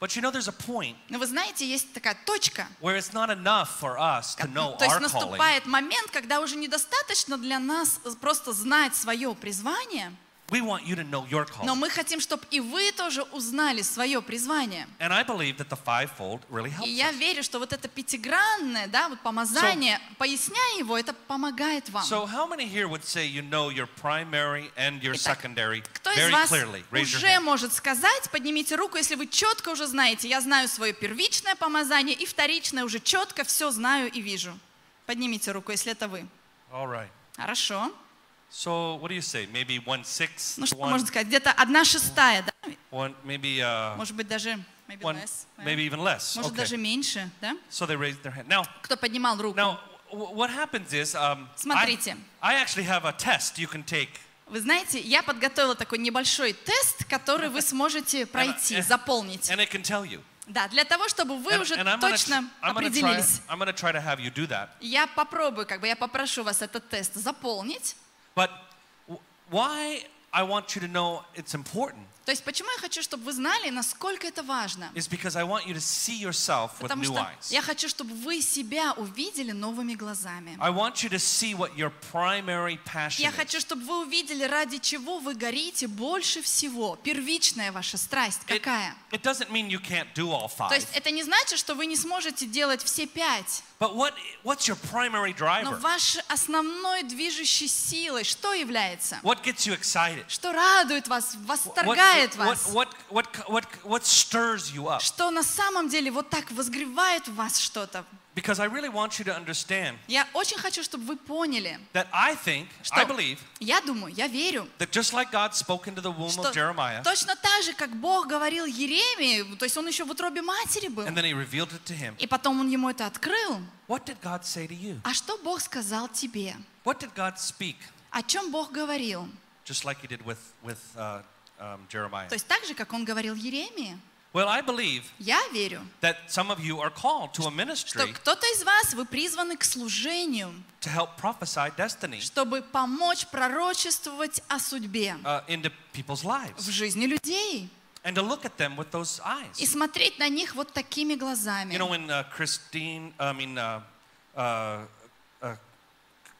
S1: But you know, there's a point
S2: Но вы знаете, есть такая точка,
S1: where it's not enough for us to know
S2: то есть
S1: our calling.
S2: наступает момент, когда уже недостаточно для нас просто знать свое призвание,
S1: We want you to know your
S2: но
S1: calling.
S2: мы хотим, чтобы и вы тоже узнали свое призвание.
S1: And I believe that the fivefold really helps.
S2: И я
S1: us.
S2: верю, что вот это пятигранное, да, вот помазание, поясняя его, это помогает вам.
S1: So, how many here would say you know your primary and your
S2: Итак,
S1: secondary
S2: Кто из
S1: very
S2: вас
S1: clearly? Raise your
S2: уже
S1: hand.
S2: может сказать, поднимите руку, если вы четко уже знаете. Я знаю свое первичное помазание и вторичное уже четко все знаю и вижу. Поднимите руку, если это вы.
S1: All right.
S2: Хорошо.
S1: So, what do you say? Maybe one sixth,
S2: Ну что
S1: one,
S2: можно сказать? Где-то одна шестая, да?
S1: one, maybe uh,
S2: Может быть даже maybe
S1: one,
S2: less, да?
S1: maybe even less.
S2: Может даже
S1: Okay.
S2: меньше, да?
S1: So they raised their hand. Now,
S2: Кто поднимал руку?
S1: now, w- what happens is, um, I,
S2: Смотрите.
S1: I actually have a test you can take.
S2: Вы знаете, я подготовила такой небольшой тест, который вы сможете пройти,
S1: э,
S2: заполнить.
S1: And it can tell you.
S2: Да, для того, чтобы вы
S1: And-
S2: уже
S1: and I'm gonna tr-
S2: точно
S1: I'm gonna try-
S2: определились.
S1: I'm going to try to have you do that.
S2: Я попробую, как бы я попрошу вас этот тест заполнить.
S1: But w- why I want you to know it's important
S2: То есть почему я хочу, чтобы вы знали, насколько это важно?
S1: is because I want you to see yourself with
S2: Потому
S1: new
S2: что
S1: eyes.
S2: я хочу, чтобы вы себя увидели новыми глазами.
S1: I want you to see what your primary passion
S2: Я
S1: is.
S2: хочу, чтобы вы увидели, ради чего вы горите больше всего. Первичная ваша страсть
S1: It,
S2: какая?
S1: it doesn't mean you can't do all
S2: То есть
S1: five,
S2: это не значит, что вы не сможете делать все пять,
S1: but what what's your primary
S2: но
S1: driver?
S2: вашей основной движущей силой что является?
S1: What gets you excited?
S2: Что радует вас,
S1: What, what,
S2: восторгает
S1: what,
S2: вас?
S1: what, what, what, what stirs you up?
S2: Что на самом деле вот так возгревает в вас что-то?
S1: Because I really want you to understand
S2: Я очень хочу, чтобы вы поняли.
S1: that I think,
S2: Что?
S1: I believe,
S2: Я думаю, я верю,
S1: that just like God spoke into the womb
S2: что
S1: of Jeremiah,
S2: точно так же, как Бог говорил Еремии, то есть он еще в утробе матери был,
S1: and then he revealed it to him,
S2: и потом он ему это открыл.
S1: what did God say to you?
S2: А что Бог сказал тебе?
S1: What did God speak?
S2: О чем Бог говорил?
S1: Just like he did with, with uh, uh, um, Jeremiah.
S2: То есть так же, как он говорил Еремии.
S1: Well, I believe
S2: Я верю,
S1: that some of you are called to a
S2: что
S1: ministry
S2: кто-то из вас, вы призваны к служению,
S1: to help prophesy destiny
S2: чтобы помочь пророчествовать о судьбе
S1: uh, into people's
S2: в
S1: lives
S2: жизни людей
S1: and to look at them with those
S2: и
S1: eyes.
S2: смотреть на них вот такими
S1: You know,
S2: глазами.
S1: when uh, Christine, I mean, uh, uh, uh,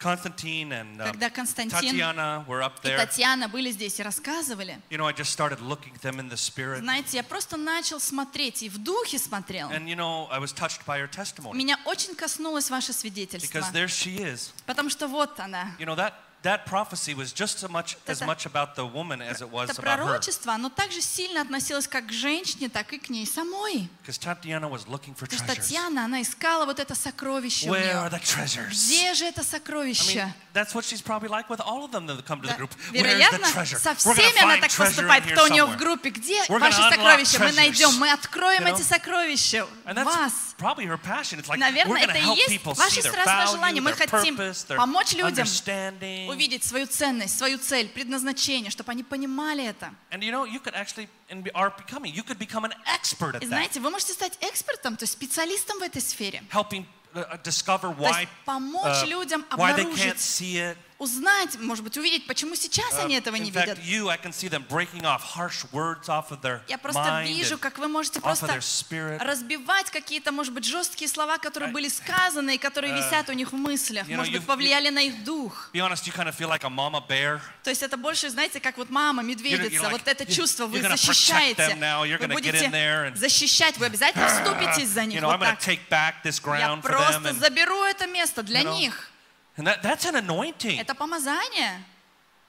S1: Constantine and um,
S2: Когда Константин
S1: Tatiana were up
S2: и
S1: there,
S2: Татьяна были здесь и рассказывали.
S1: you know, I just started looking at them in the spirit.
S2: Знаете, я просто начал смотреть и в духе смотрел.
S1: And, you know, I was touched by her testimony
S2: Меня очень коснулось ваше свидетельство,
S1: because there she is.
S2: потому что вот она.
S1: You know, that, that prophecy was just so much, as
S2: Это-
S1: much about the woman as it was
S2: Это
S1: about her.
S2: пророчество, оно также сильно относилось как к женщине, так и к ней самой.
S1: Because Tatiana was looking for
S2: Потому что
S1: treasures.
S2: Татьяна, она искала вот это сокровище в
S1: Where
S2: нем.
S1: are the treasures?
S2: Где же это
S1: I mean,
S2: сокровище?
S1: that's what she's probably like with all of them that come to the
S2: Да,
S1: group. Where's the
S2: Вероятно,
S1: treasure?
S2: со
S1: We're gonna
S2: всеми она
S1: find
S2: так
S1: treasure in
S2: поступает,
S1: here
S2: кто у нее в
S1: somewhere.
S2: группе. Где
S1: We're gonna
S2: ваши
S1: unlock
S2: сокровища? Мы
S1: treasures.
S2: найдем, мы откроем
S1: You know?
S2: эти сокровища.
S1: And that's
S2: Вас.
S1: probably her passion. It's like we're
S2: Наверное,
S1: gonna
S2: это и
S1: help
S2: есть
S1: people
S2: ваше
S1: see their
S2: страстное
S1: value,
S2: желание. Мы
S1: their
S2: хотим
S1: purpose, their
S2: помочь людям
S1: understanding.
S2: Увидеть свою ценность, свою цель, предназначение, чтобы они понимали это.
S1: And you know, you could actually and be- are becoming. You could become an expert at that,
S2: И Э, знаете, вы можете стать экспертом, то есть специалистом в этой сфере.
S1: helping uh, uh, discover
S2: То
S1: why
S2: есть помочь
S1: uh,
S2: людям
S1: why they can't
S2: обнаружить,
S1: see it.
S2: узнать, может быть, увидеть, почему сейчас
S1: Uh,
S2: они этого не
S1: in fact,
S2: видят.
S1: you, I can see them breaking off harsh words off of their
S2: Я просто
S1: mind
S2: вижу,
S1: and
S2: как вы можете
S1: off of
S2: просто
S1: their spirit.
S2: разбивать какие-то, может быть, жесткие слова, которые были сказаны и которые
S1: Э,
S2: висят у них в мыслях,
S1: you know,
S2: может
S1: you've-
S2: быть, повлияли на их дух.
S1: Be honest, you kind of feel like a mama bear.
S2: То есть это больше, знаете, как вот мама,
S1: You're-
S2: медведица,
S1: you're like,
S2: вот это чувство вы
S1: you're gonna protect
S2: защищаете.
S1: them now, you're
S2: Вы
S1: gonna get in there and-
S2: будете защищать, вы обязательно вступитесь за
S1: You
S2: них.
S1: know, I'm
S2: Вот
S1: going
S2: так.
S1: to take back this
S2: Я
S1: ground for them.
S2: просто
S1: And,
S2: заберу это место для
S1: you know,
S2: них.
S1: and that, that's an anointing.
S2: Это помазание.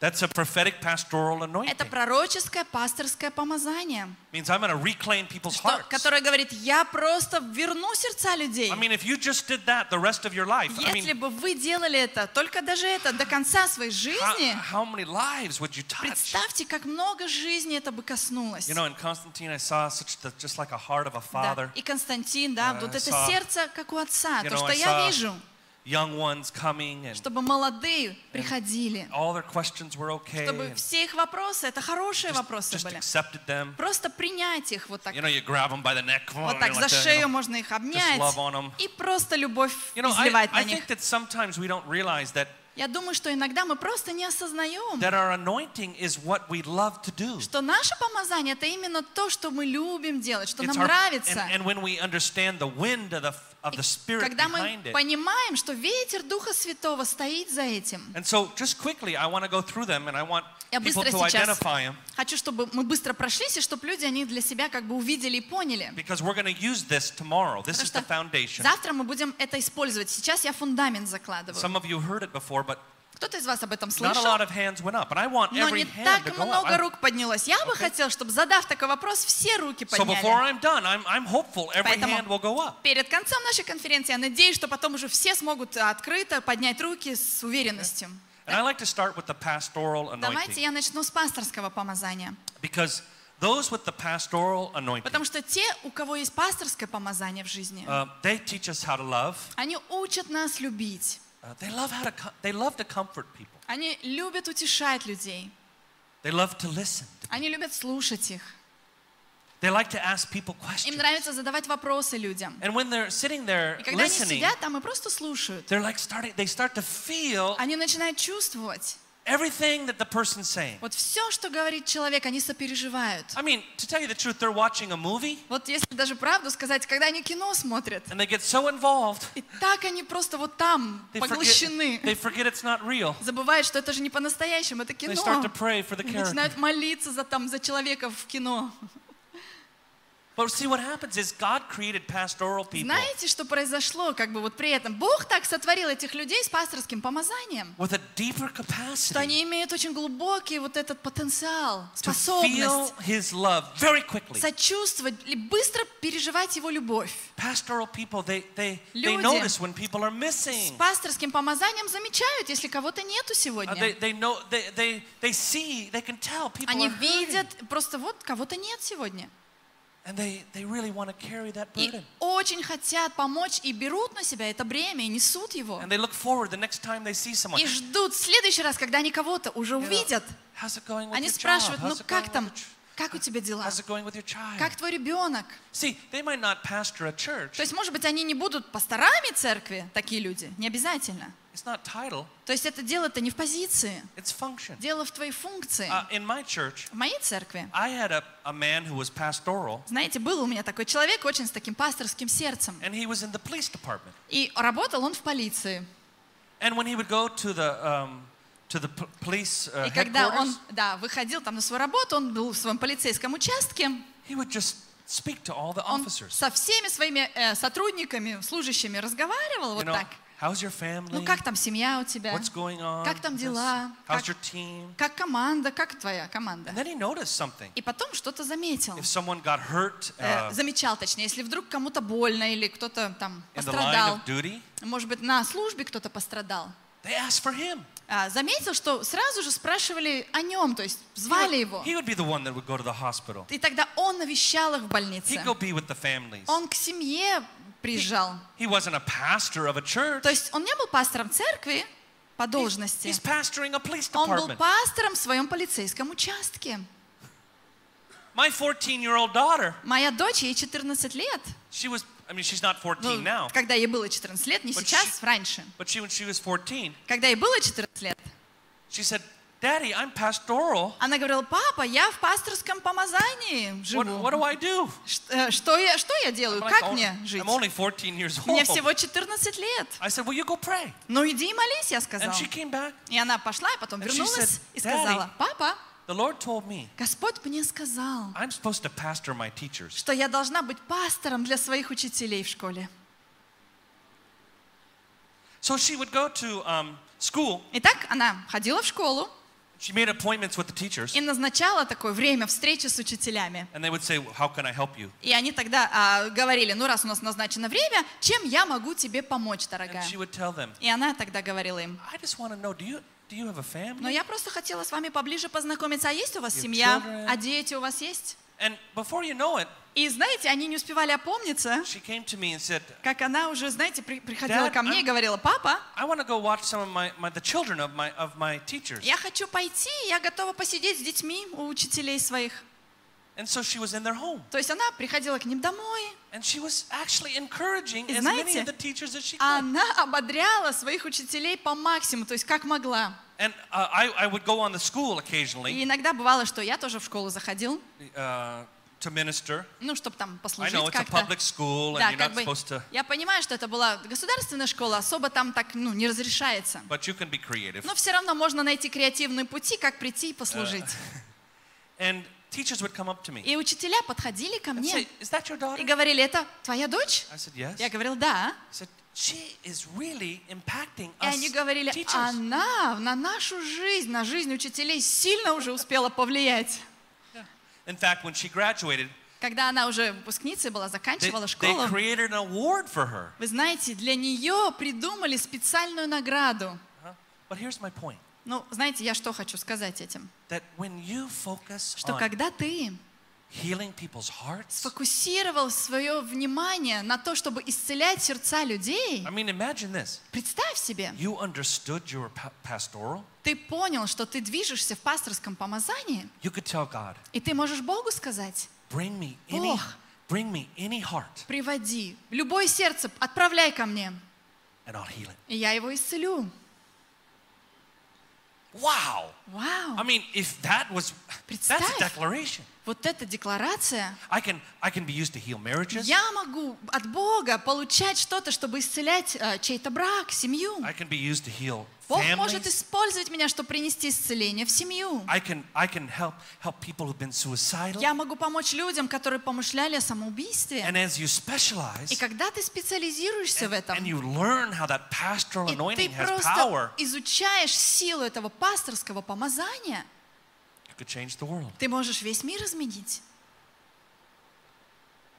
S1: That's a prophetic pastoral anointing.
S2: Это пророческое пасторское помазание,
S1: means I'm going to reclaim people's
S2: что-
S1: hearts.
S2: которое говорит, я просто верну сердца людей.
S1: I mean, if you just did that the rest of your life, I
S2: Если
S1: mean,
S2: бы вы делали это, только даже это, до конца своей
S1: how,
S2: жизни,
S1: how many lives would you touch?
S2: представьте, как много жизни это бы коснулось.
S1: You know, in Constantine, I saw such the, just like a heart of a
S2: Да.
S1: father.
S2: И Константин, да,
S1: Uh,
S2: вот
S1: I
S2: это
S1: saw-
S2: сердце, как у отца,
S1: You
S2: то,
S1: know,
S2: что
S1: I
S2: я
S1: saw-
S2: вижу,
S1: Young ones coming, and
S2: чтобы молодые приходили,
S1: all their questions were okay.
S2: чтобы
S1: and
S2: все их вопросы, это хорошие
S1: just,
S2: вопросы
S1: just
S2: были,
S1: accepted them.
S2: просто принять их вот так,
S1: You know, you grab them by the neck.
S2: вот так за
S1: like that, you know.
S2: шею можно их обнять
S1: love on 'em.
S2: и просто любовь
S1: You know, I,
S2: изливать
S1: I
S2: на
S1: think
S2: них.
S1: that sometimes we don't realize that,
S2: Я думаю, что иногда мы просто не осознаем,
S1: that our anointing is what we love to do.
S2: что наше помазание это именно то, что мы любим делать, что
S1: It's
S2: нам
S1: our-
S2: нравится.
S1: and, and when we understand the wind of the, of the Spirit
S2: Когда мы
S1: behind it.
S2: понимаем, что ветер Духа Святого стоит за этим.
S1: And so, just quickly, I want to go through them and I want
S2: Я
S1: people
S2: быстро
S1: to
S2: сейчас
S1: identify them
S2: хочу, чтобы мы быстро прошлись, и чтобы люди они для себя как бы увидели и поняли.
S1: because we're going to use this tomorrow. This is the
S2: Потому что
S1: foundation.
S2: завтра мы будем это использовать. Сейчас я фундамент закладываю.
S1: Some of you heard it before, but
S2: Кто-то из вас об этом
S1: not a
S2: слышал?
S1: lot of hands went up. And I want
S2: Но
S1: every
S2: не
S1: hand to
S2: так
S1: go up.
S2: много
S1: I'm-
S2: рук поднялось. Я бы хотел, чтобы, задав такой вопрос, все руки
S1: So, before
S2: подняли.
S1: I'm done, I'm, I'm hopeful every
S2: Поэтому-
S1: hand will go up.
S2: Перед концом нашей конференции я надеюсь, что потом уже все смогут открыто поднять руки с уверенностью.
S1: And I like to start with the pastoral
S2: Давайте
S1: anointing
S2: я начну с пасторского помазания.
S1: because those with the pastoral anointing.
S2: Потому что те, у кого есть пасторское помазание в жизни,
S1: Uh, they teach us how to love.
S2: они учат нас любить.
S1: Uh, they love how to. Com- they love to comfort people.
S2: Они любят утешать людей.
S1: They love to listen.
S2: Они любят слушать их.
S1: They like to ask people questions.
S2: Им нравится задавать вопросы людям.
S1: And when they're sitting there
S2: И когда они
S1: listening,
S2: сидят там и просто слушают,
S1: they're like starting. They start to feel
S2: они начинают чувствовать
S1: everything that the person's saying.
S2: вот все, что говорит человек, они сопереживают.
S1: I mean, to tell you the truth, they're watching a movie
S2: Вот если даже правду сказать, когда они кино смотрят,
S1: and they get so involved,
S2: и так они просто вот там
S1: they
S2: поглощены,
S1: forget, they forget it's not real.
S2: забывают, что это же не по-настоящему, это
S1: They start to
S2: кино.
S1: pray for the
S2: И
S1: character.
S2: начинают молиться за там за человека в кино.
S1: But see, what happens is God created pastoral people
S2: Знаете, что произошло, как бы вот при этом? Бог так сотворил этих людей с пасторским помазанием,
S1: with a deeper
S2: что
S1: capacity
S2: они имеют очень глубокий вот этот потенциал,
S1: to feel
S2: способность
S1: His love very quickly.
S2: сочувствовать и быстро переживать его любовь.
S1: Pastoral people, they, they, they
S2: Люди.
S1: notice when people are
S2: С
S1: missing.
S2: пасторским помазанием замечают, если кого-то нету
S1: Uh, they,
S2: сегодня.
S1: they know, they, they, they see, they can tell people
S2: Они
S1: are hurting.
S2: видят, просто вот кого-то нет сегодня.
S1: And they, they really want to carry that
S2: И
S1: burden.
S2: очень хотят помочь и берут на себя это бремя и несут его.
S1: And they look forward the next time they see someone.
S2: И ждут в следующий раз, когда они кого-то уже
S1: You know,
S2: увидят.
S1: How's it going with
S2: Они
S1: your job?
S2: спрашивают, ну
S1: How's it
S2: как
S1: going
S2: там,
S1: with your ch-
S2: как у тебя дела?
S1: How's it going with your child?
S2: Как твой ребенок?
S1: See, they might not pastor a church.
S2: То есть, может быть, они не будут пасторами церкви, такие люди, не обязательно.
S1: It's not title,
S2: То есть это дело-то не в позиции,
S1: it's function.
S2: дело в твоей функции.
S1: Uh, in my church,
S2: В моей церкви,
S1: I had a, a man who was pastoral,
S2: знаете, был у меня такой человек очень с таким пасторским сердцем.
S1: and he was in the police department.
S2: И работал он в полиции.
S1: And when he would go to the, um, to the p- police uh,
S2: И когда
S1: headquarters,
S2: он, да, выходил там на свою работу, он был в своем полицейском участке,
S1: he would just speak to all the
S2: он
S1: officers.
S2: со всеми своими э, сотрудниками, служащими разговаривал вот
S1: you know,
S2: так.
S1: how's your family?
S2: Ну как там семья у тебя?
S1: What's going on?
S2: Как там
S1: This-
S2: дела?
S1: How's
S2: Как-
S1: your team?
S2: Как команда? Как твоя
S1: And
S2: команда?
S1: then he noticed something.
S2: И потом что-то заметил.
S1: If someone got hurt
S2: Э,
S1: uh,
S2: замечал, точнее, если вдруг кому-то больно или кто-то там
S1: in the line
S2: пострадал,
S1: of duty,
S2: может быть, на службе кто-то пострадал,
S1: they asked for him.
S2: А, заметил, что сразу же спрашивали о нем, то есть
S1: He
S2: звали
S1: would-
S2: его.
S1: He would be the one that would go to the hospital.
S2: И тогда он навещал их в больнице.
S1: He'd go be with the families.
S2: Он к семье приезжал.
S1: He wasn't a pastor of a church.
S2: То есть он не был пастором церкви по
S1: He's,
S2: должности.
S1: he's pastoring a police
S2: Он был
S1: department.
S2: пастором в своем полицейском участке.
S1: My 14-year-old daughter,
S2: Моя дочь, ей 14 лет.
S1: she was, I mean, she's not 14
S2: Ну,
S1: now,
S2: когда ей было 14 лет, не
S1: But
S2: сейчас, раньше.
S1: but she, when she was 14,
S2: Когда ей было 14 лет,
S1: she said, Daddy, I'm pastoral.
S2: она говорила, папа, я в пасторском помазании
S1: What,
S2: живу.
S1: what do I do?
S2: Ш- э, Что я, что я делаю?
S1: I'm, like,
S2: Как
S1: "Oh,
S2: мне жить?
S1: I'm only 14 years old.
S2: Мне всего 14 лет.
S1: I said, Well, you go pray.
S2: Ну иди и молись, я сказала.
S1: And she came back.
S2: И она пошла, и потом
S1: And she
S2: вернулась
S1: said,
S2: и сказала, папа,
S1: The Lord told me
S2: Господь мне сказал,
S1: I'm supposed to pastor my teachers.
S2: что я должна быть пастором для своих учителей в школе.
S1: So she would go to um, school.
S2: Итак, она ходила в школу
S1: She made appointments with the teachers.
S2: и назначала такое время встречи с учителями.
S1: And they would say, well, How can I help you?
S2: И они тогда а, говорили, ну раз у нас назначено время, чем я могу тебе помочь,
S1: And
S2: дорогая?
S1: she would tell them,
S2: И она тогда говорила им,
S1: I just want to know, do you, do you have a
S2: но
S1: family?
S2: я просто хотела с вами поближе познакомиться, а есть у вас
S1: Your
S2: семья,
S1: children?
S2: а дети у вас есть?
S1: And before you know it,
S2: И знаете, они не успевали опомниться,
S1: she came to me and said,
S2: как она уже, знаете, при- приходила
S1: Dad,
S2: ко мне и
S1: I'm-
S2: говорила, папа,
S1: I want to go watch some of my, my the children of my of my teachers.
S2: я хочу пойти, я готова посидеть с детьми у учителей своих.
S1: And so she was in their home.
S2: То есть она приходила к ним домой,
S1: And she was actually encouraging
S2: И
S1: as many
S2: знаете,
S1: of the teachers as she could.
S2: а она ободряла своих учителей по максимуму, то есть как могла.
S1: and uh, I, I would go on the school
S2: И
S1: occasionally
S2: иногда бывало, что я тоже в школу заходил,
S1: uh, to minister.
S2: ну, чтобы там
S1: I
S2: послужить
S1: know it's a
S2: как-то.
S1: public school
S2: Да,
S1: and you're
S2: как
S1: not
S2: бы,
S1: supposed to,
S2: я понимаю, что это была государственная школа, особо там так, ну, не разрешается.
S1: but you can be creative.
S2: Но все равно можно найти креативные пути, как прийти и послужить.
S1: And teachers would come up to me
S2: И учителя подходили ко
S1: and
S2: мне
S1: say, "Is that your daughter?"
S2: и говорили, это твоя дочь?
S1: I said, "Yes."
S2: Я говорил, да.
S1: said, "She is really impacting
S2: И
S1: us
S2: они говорили,
S1: teachers."
S2: она на нашу жизнь, на жизнь учителей сильно уже успела повлиять.
S1: In fact, when she graduated,
S2: Когда она уже выпускницей была,
S1: they,
S2: заканчивала
S1: they
S2: школу,
S1: created an award for her.
S2: вы знаете, для нее придумали специальную награду.
S1: Huh? But here's my point:
S2: Ну, знаете, я что хочу сказать этим?
S1: that when you focus
S2: Что
S1: on
S2: когда ты
S1: healing people's hearts,
S2: сфокусировал свое внимание на то, чтобы исцелять сердца людей,
S1: I mean, imagine this:
S2: представь себе,
S1: you understood you were pa- pastoral.
S2: ты понял, что ты движешься в пасторском помазании,
S1: You could tell God,
S2: и ты можешь Богу сказать,
S1: "Bring me any,
S2: Бог.
S1: bring me any heart,
S2: приводи, любое сердце отправляй ко мне,
S1: and I'll heal it."
S2: и я его исцелю.
S1: Wow! I
S2: Вау!
S1: mean, if that was that's
S2: Представь.
S1: a declaration.
S2: Вот эта декларация.
S1: I can I can be used to heal marriages.
S2: Я могу от Бога получать что-то, чтобы исцелять э, чей-то брак, семью.
S1: I can be used to heal
S2: Бог
S1: families.
S2: может использовать меня, чтобы принести исцеление в семью.
S1: I can I can help help people who've been suicidal.
S2: Я могу помочь людям, которые помышляли о самоубийстве.
S1: And as you
S2: И
S1: specialize
S2: когда ты специализируешься в этом,
S1: and
S2: и
S1: you learn how that pastoral
S2: ты
S1: anointing has power,
S2: просто изучаешь силу этого пасторского помазания,
S1: you could change the world.
S2: ты можешь весь мир изменить.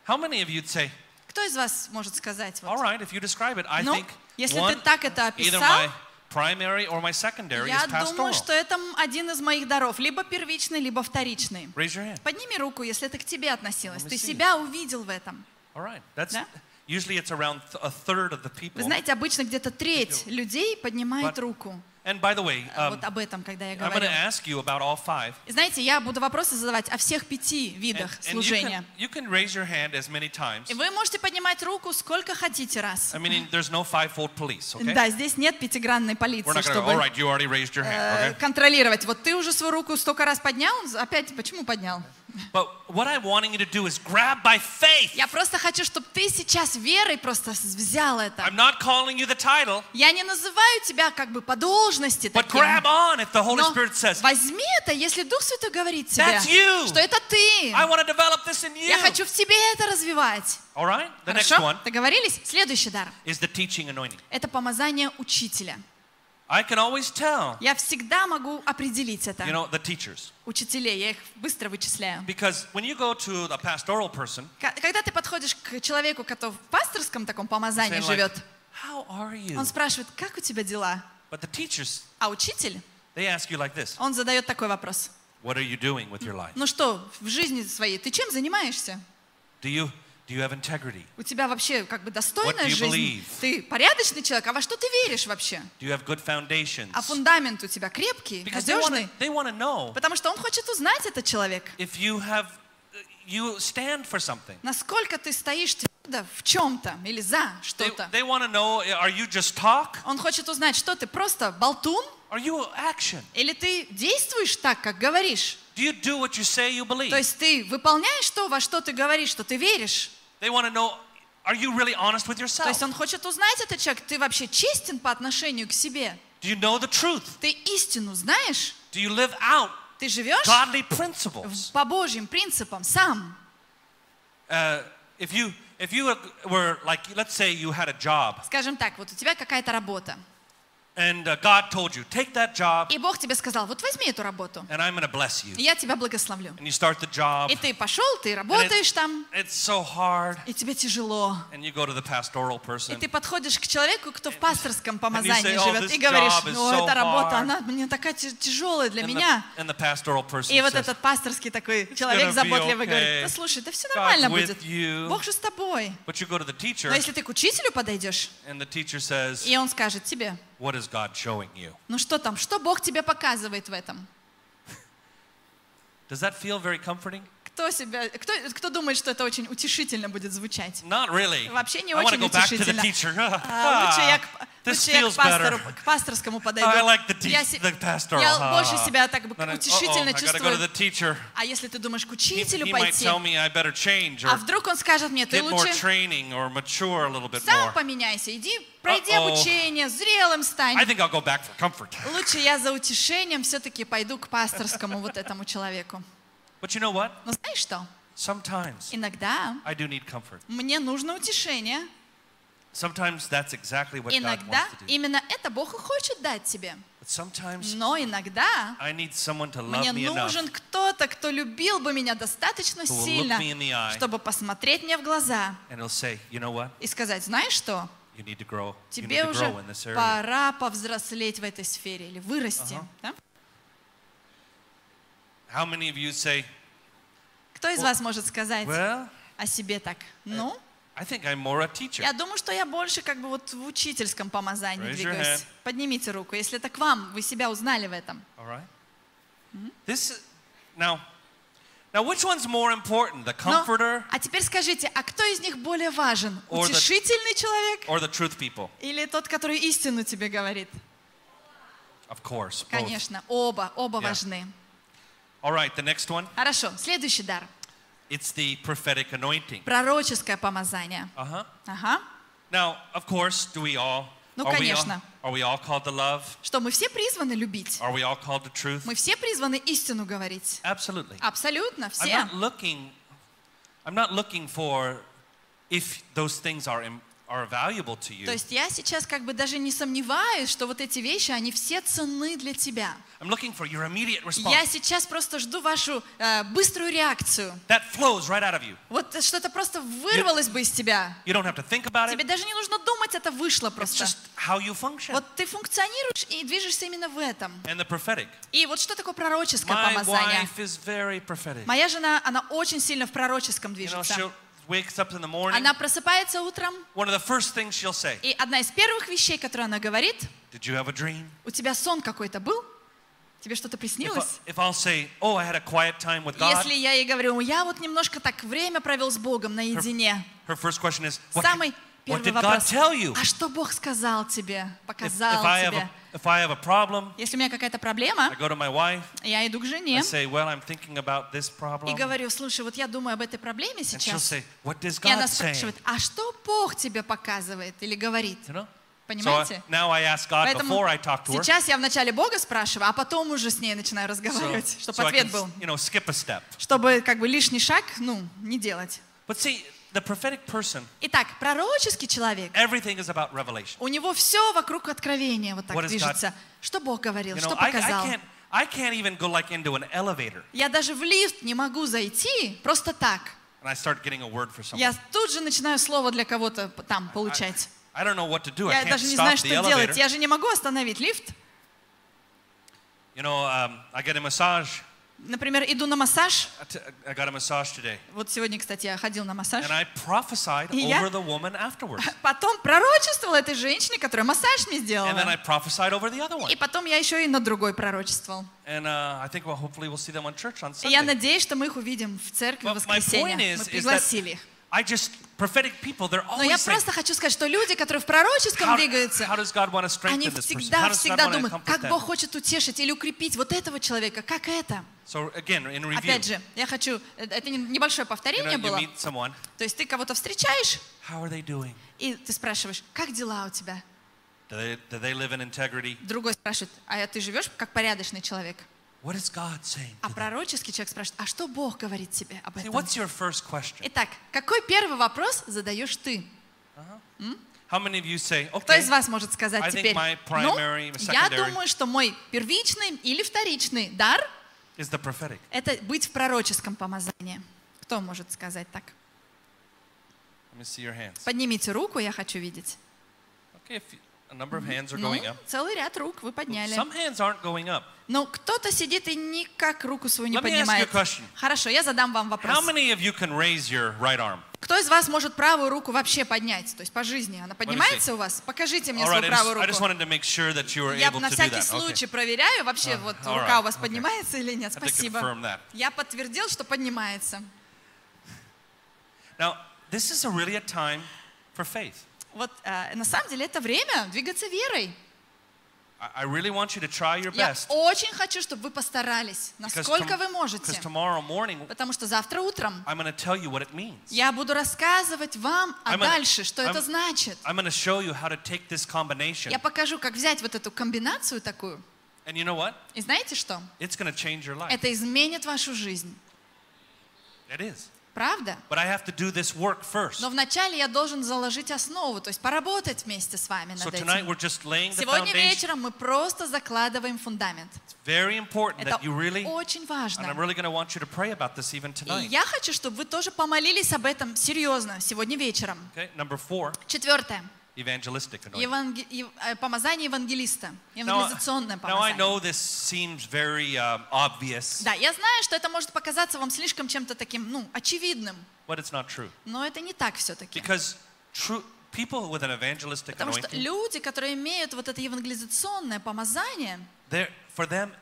S1: How many of you'd say,
S2: Кто из вас может сказать? вот,
S1: all right, if you describe it, I
S2: Ну,
S1: think
S2: если ты
S1: one,
S2: так это
S1: either
S2: описал,
S1: my primary or my secondary is
S2: Я
S1: pastoral.
S2: думаю, что это м- один из моих даров, либо первичный, либо вторичный.
S1: Raise your hand.
S2: Подними руку, если это к тебе относилось.
S1: Let me
S2: Ты
S1: see.
S2: себя увидел в этом.
S1: All right. That's
S2: Да?
S1: usually it's around th- a third of the
S2: Вы
S1: people.
S2: знаете, обычно где-то треть людей поднимает
S1: But-
S2: руку.
S1: And by the way,
S2: А,
S1: um,
S2: Вот об этом, когда я
S1: I'm going
S2: говорю.
S1: to ask you about all five.
S2: И знаете, я буду вопросы задавать о всех пяти
S1: And,
S2: видах
S1: and you,
S2: служения.
S1: can, you can raise your hand as many times.
S2: И вы можете поднимать руку сколько хотите раз.
S1: I mean, there's no fivefold police, okay?
S2: Да, здесь нет пятигранной
S1: We're
S2: полиции,
S1: not going to go, all
S2: чтобы
S1: right, you already raised your
S2: э,
S1: hand, okay?
S2: контролировать. Вот ты уже свою руку столько раз поднял, опять почему поднял?
S1: But what I'm wanting you to do is grab by faith.
S2: Я просто хочу, чтобы ты сейчас верой просто с- взял это.
S1: I'm not calling you the title,
S2: Я не называю тебя как бы по должности
S1: but
S2: таким,
S1: grab on if the Holy
S2: но
S1: Spirit says,
S2: возьми это, если Дух Святой говорит тебе,
S1: That's you.
S2: что это ты.
S1: I want to develop this in you.
S2: Я хочу в тебе это развивать.
S1: All right? The next
S2: Хорошо?
S1: one
S2: Договорились? Следующий дар.
S1: is the teaching anointing.
S2: Это помазание учителя.
S1: I can always tell,
S2: Я всегда могу определить это.
S1: you know, the teachers.
S2: Учителей, я их быстро вычисляю.
S1: Because when you go to a pastoral person,
S2: Ко- Когда ты подходишь к человеку, который в пасторском таком помазании
S1: saying like,
S2: живет,
S1: how are you?
S2: он спрашивает, как у тебя дела?
S1: But the teachers,
S2: А учитель,
S1: they ask you like this,
S2: он задает такой вопрос.
S1: what are you doing with your life?
S2: Ну что, в жизни своей ты чем занимаешься?
S1: Do you, do you have integrity?
S2: У тебя вообще как бы
S1: What do
S2: достойная
S1: you
S2: жизнь?
S1: believe?
S2: Ты порядочный человек, а во что ты веришь вообще?
S1: Do you have good foundations?
S2: А фундамент у тебя крепкий,
S1: Because they want
S2: надежный?
S1: to they want to know
S2: Потому что он хочет узнать, этот человек,
S1: if you have you stand for something.
S2: насколько ты стоишь твердо в чем-то или за
S1: They,
S2: что-то.
S1: they want to know are you just talk?
S2: Он хочет узнать, что ты просто болтун
S1: Are you action?
S2: или ты действуешь так, как говоришь.
S1: Do you do what you say you believe?
S2: То есть ты выполняешь то, во что ты говоришь, что ты веришь.
S1: They want to know are you really honest with
S2: То есть
S1: yourself?
S2: он хочет узнать этот человек, ты вообще честен по отношению к себе.
S1: Do you know the truth?
S2: Ты истину знаешь,
S1: Do you live out
S2: ты живешь
S1: godly principles?
S2: по Божьим принципам сам.
S1: Uh, if you if you were like let's say you had a job
S2: Скажем так, вот у тебя какая-то работа.
S1: and uh, God told you take that job
S2: И Бог тебе сказал, вот возьми эту работу,
S1: and I'm going to bless you.
S2: и я тебя благословлю.
S1: And you start the job.
S2: И ты пошел, ты работаешь там,
S1: It's so hard.
S2: и тебе тяжело.
S1: And you go to the pastoral
S2: И
S1: person.
S2: ты подходишь к человеку, кто в пасторском
S1: say,
S2: помазании
S1: "Oh,
S2: живет,
S1: this
S2: и говоришь,
S1: job is
S2: ну
S1: so
S2: эта работа,
S1: hard.
S2: она мне такая тя- тяжелая для
S1: and
S2: меня.
S1: The, and the pastoral person
S2: И вот
S1: says,
S2: этот пасторский такой человек
S1: gonna be
S2: заботливый
S1: okay.
S2: говорит, да слушай, да все
S1: God's
S2: нормально
S1: with
S2: будет,
S1: you.
S2: Бог же с тобой.
S1: but you go to the teacher
S2: Но если ты к учителю подойдешь,
S1: and the teacher says,
S2: и он скажет тебе,
S1: what is God showing you?
S2: ну что там, что Бог тебе показывает в этом?
S1: Does that feel very comforting?
S2: Кто, себя, кто, кто думает, что это очень утешительно будет звучать?
S1: Not really.
S2: Вообще не
S1: I want to
S2: очень
S1: go back to the Uh,
S2: утешительно.
S1: teacher.
S2: А, лучше я, к,
S1: Ah,
S2: лучше
S1: this
S2: я к
S1: feels
S2: пастору,
S1: better.
S2: к пасторскому подойду.
S1: Oh, I like the, te-
S2: я се-
S1: the pastoral.
S2: я
S1: Ah.
S2: больше себя так бы
S1: No, no,
S2: утешительно
S1: uh-oh, I gotta go to
S2: чувствую.
S1: the teacher.
S2: А если ты думаешь к
S1: He,
S2: учителю
S1: he might
S2: пойти,
S1: tell me I better change or
S2: а вдруг он скажет мне, ты
S1: get more
S2: лучше
S1: training or mature a little bit
S2: сам
S1: more.
S2: поменяйся, иди, пройди
S1: Uh-oh.
S2: обучение, зрелым стань.
S1: I think I'll go back for comfort.
S2: Лучше я за утешением все-таки пойду к пасторскому вот этому человеку.
S1: But you know what?
S2: Но знаешь что?
S1: Sometimes
S2: Иногда
S1: I do need comfort.
S2: мне нужно утешение.
S1: Sometimes that's exactly what God
S2: Иногда
S1: wants to do.
S2: именно это Бог и хочет дать тебе.
S1: But sometimes
S2: Но иногда
S1: I need someone to love
S2: мне
S1: me enough
S2: нужен кто-то, кто любил бы меня достаточно
S1: who will
S2: сильно,
S1: look me in the eye
S2: чтобы посмотреть мне в глаза
S1: and he'll say, you know what?
S2: и сказать, знаешь что,
S1: You need to grow. You need
S2: тебе
S1: to
S2: уже
S1: grow in this area.
S2: пора повзрослеть в этой сфере или вырасти.
S1: Ага.
S2: да?
S1: How many of you say,
S2: Кто из вас может сказать
S1: well,
S2: о себе так? Ну,
S1: I think I'm more a teacher.
S2: я думаю, что я больше как бы вот в учительском помазании
S1: Raise your
S2: двигаюсь.
S1: hand.
S2: Поднимите руку, если это к вам, вы себя узнали в этом.
S1: All right?
S2: Mm-hmm.
S1: This is, now, now which one's more important, the
S2: Но-
S1: comforter
S2: а теперь скажите, а кто из них более важен?
S1: Or the-
S2: Утешительный человек
S1: or the truth people?
S2: или тот, который истину тебе говорит?
S1: Of course, both.
S2: Конечно, оба, оба
S1: Yeah.
S2: важны.
S1: All right, the next one,
S2: Хорошо, следующий дар.
S1: it's the prophetic anointing.
S2: Пророческое помазание.
S1: Uh-huh.
S2: Ага.
S1: Now, of course, do we all,
S2: Ну,
S1: are, we all
S2: конечно.
S1: are we all called to love?
S2: Что мы все призваны любить.
S1: Are we all called to truth?
S2: Мы все призваны истину говорить.
S1: Absolutely.
S2: Абсолютно,
S1: I'm
S2: все.
S1: not looking. I'm not looking for if those things are im- are valuable to you.
S2: То есть я сейчас как бы даже не сомневаюсь, что вот эти вещи, они все ценны для тебя.
S1: I'm looking for your immediate response.
S2: Я сейчас просто жду вашу э, быструю реакцию.
S1: That flows right out of you.
S2: Вот что-то просто вырвалось бы из тебя.
S1: You don't have to think about
S2: Тебе
S1: it.
S2: даже не нужно думать, это вышло
S1: It's
S2: просто.
S1: just how you function.
S2: Вот ты функционируешь и движешься именно в этом.
S1: And the prophetic.
S2: И вот что такое пророческое
S1: My
S2: помазание?
S1: wife is very prophetic.
S2: Моя жена, она очень сильно в пророческом
S1: You know,
S2: движется.
S1: she wakes up in the morning.
S2: Она просыпается утром,
S1: One of the first things she'll say,
S2: и одна из первых вещей, которую она говорит,
S1: "Did you have a dream?"
S2: у тебя сон какой-то был? Тебе что-то
S1: If,
S2: приснилось?
S1: I, if I'll say, "Oh, I had a quiet time with God,"
S2: Если я ей говорю, я вот немножко так время провел с Богом наедине,
S1: her first question is, "What,
S2: самый
S1: what
S2: первый
S1: did God
S2: вопрос,
S1: tell you?"
S2: а что Бог сказал тебе,
S1: If, if
S2: показал
S1: I have
S2: тебе?
S1: a, if I have a problem,
S2: Если у меня какая-то проблема,
S1: I go to my wife.
S2: я иду к
S1: I
S2: жене
S1: say, "Well, I'm thinking about this problem,"
S2: и говорю, слушай, вот я думаю об этой проблеме
S1: and she'll
S2: сейчас.
S1: say, "What does
S2: И она
S1: God say?"
S2: спрашивает, а что Бог тебе показывает или говорит?
S1: You know? So I-
S2: Понимаете?
S1: now I ask God
S2: Поэтому
S1: before I talk to her, so,
S2: сейчас я вначале Бога спрашиваю, а потом уже с ней начинаю разговаривать, чтобы
S1: so I
S2: ответ
S1: can,
S2: был.
S1: you know, skip a step.
S2: Чтобы как бы лишний шаг, ну, не делать.
S1: But see, the prophetic person,
S2: Итак, пророческий человек,
S1: everything is about revelation.
S2: у него все вокруг откровения вот
S1: What
S2: так
S1: is
S2: движется. Что Бог говорил,
S1: You
S2: что
S1: know, I, I
S2: показал.
S1: can't, I can't even go like into an elevator
S2: Я даже в лифт не могу зайти просто так.
S1: and I start getting a word for someone.
S2: Я тут же начинаю слово для кого-то п- там
S1: I,
S2: получать.
S1: I don't know what to do. I
S2: Я
S1: can't
S2: даже не знаю,
S1: stop
S2: что
S1: the elevator.
S2: делать. Я же не могу остановить лифт.
S1: You know, um, I get a massage.
S2: Например, иду на массаж.
S1: I, t- I got a massage today,
S2: Вот сегодня, кстати, я ходил на массаж.
S1: and I prophesied
S2: И я-
S1: over the woman afterwards,
S2: Потом пророчествовал этой женщине, которая массаж мне
S1: and then I
S2: сделала.
S1: prophesied over the other one.
S2: И потом я еще и на другой пророчествовал.
S1: And uh, I think well, hopefully we'll see them on church on
S2: И я
S1: Sunday.
S2: надеюсь, что мы их увидим в церкви в
S1: But my point
S2: воскресенье.
S1: is,
S2: Мы
S1: is that
S2: пригласили их.
S1: I just prophetic people. They're
S2: Но я
S1: always saying,
S2: просто хочу сказать, что люди, которые в пророческом
S1: how,
S2: двигаются,
S1: how does God want to
S2: они
S1: strengthen this person? How
S2: всегда,
S1: does
S2: всегда
S1: God want to
S2: думают,
S1: comfort
S2: как Бог
S1: them?
S2: хочет утешить или укрепить вот этого человека, как это.
S1: So again, in review,
S2: Опять же, я хочу, э, это не- небольшое
S1: you know,
S2: повторение
S1: you
S2: было.
S1: meet someone.
S2: То есть ты кого-то встречаешь,
S1: How are they doing?
S2: и ты spрашиваешь, как дела у тебя?
S1: Do they, do they live in integrity?
S2: Другой спрашивает, а ты живешь как порядочный человек?
S1: What is God saying?
S2: А
S1: to them?
S2: пророческий человек спрашивает, а что Бог говорит тебе об
S1: See,
S2: этом?
S1: what's your first question?
S2: Итак, какой первый вопрос задаешь ты?
S1: How many of you say,
S2: Кто
S1: okay,
S2: из вас может
S1: I
S2: сказать
S1: think
S2: теперь?
S1: my
S2: Ну,
S1: primary, my
S2: я
S1: secondary-
S2: думаю, что мой первичный или вторичный дар
S1: is the prophetic?
S2: — это быть в пророческом помазании. Кто может сказать так?
S1: Let me see your hands.
S2: Поднимите руку, я хочу видеть.
S1: Okay, if you- a number of hands are
S2: Ну,
S1: going up.
S2: целый ряд рук вы подняли.
S1: Some hands aren't going up.
S2: Но кто-то сидит и никак руку свою не
S1: Let me ask you a
S2: поднимает.
S1: question.
S2: Хорошо, я задам вам вопрос.
S1: How many of you can raise your right arm?
S2: Кто из вас может правую руку вообще поднять? То есть по жизни она поднимается у вас? Покажите мне
S1: All right,
S2: свою
S1: I just,
S2: правую
S1: I just
S2: руку.
S1: wanted to make sure that you were
S2: Я
S1: able
S2: на
S1: to do
S2: всякий
S1: that. Okay.
S2: случай проверяю, вообще вот
S1: all
S2: рука у
S1: right,
S2: вас
S1: okay.
S2: поднимается или нет.
S1: I had to confirm
S2: Спасибо.
S1: that.
S2: Я подтвердил, что поднимается.
S1: Now, this is a really a time for faith.
S2: Вот э, на самом деле это время двигаться верой.
S1: I, I really want you to try your
S2: Я
S1: best.
S2: очень хочу, чтобы вы постарались,
S1: Because
S2: насколько
S1: tom-
S2: oh, вы можете.
S1: because tomorrow morning,
S2: Потому что завтра утром
S1: I'm going to tell you what it means.
S2: я буду рассказывать вам,
S1: I'm
S2: а
S1: gonna-
S2: дальше, что это
S1: I'm-
S2: значит.
S1: I'm going to show you how to take this combination.
S2: Я покажу, как взять вот эту комбинацию такую.
S1: And you know what?
S2: И знаете что?
S1: It's going to change your life.
S2: Это изменит вашу жизnь.
S1: It is.
S2: Правда?
S1: But I have to do this work first.
S2: Но вначале я должен заложить основу, то есть поработать вместе с вами
S1: So
S2: над
S1: tonight
S2: этим.
S1: we're just laying the
S2: Сегодня
S1: foundation.
S2: вечером мы просто закладываем фундамент.
S1: It's very important
S2: Это
S1: that you really, and
S2: очень
S1: I'm
S2: важно.
S1: really going to want you to pray about this even
S2: И
S1: tonight.
S2: я хочу, чтобы вы тоже помолились об этом серьезно сегодня вечером.
S1: Okay, number four,
S2: Четвертое.
S1: evangelistic anointing.
S2: Еванге- ев- э, Помазание евангелиста.
S1: Now, I-
S2: Евангелизационное
S1: now I
S2: помазание.
S1: know this seems very um, obvious,
S2: Да, я знаю, что это может показаться вам слишком чем-то таким, ну, очевидным,
S1: but it's not true.
S2: но это не так все-таки.
S1: Because true people with an evangelistic
S2: Потому что
S1: anointing,
S2: люди, которые имеют вот это евангелизационное помазание,
S1: they're- for them,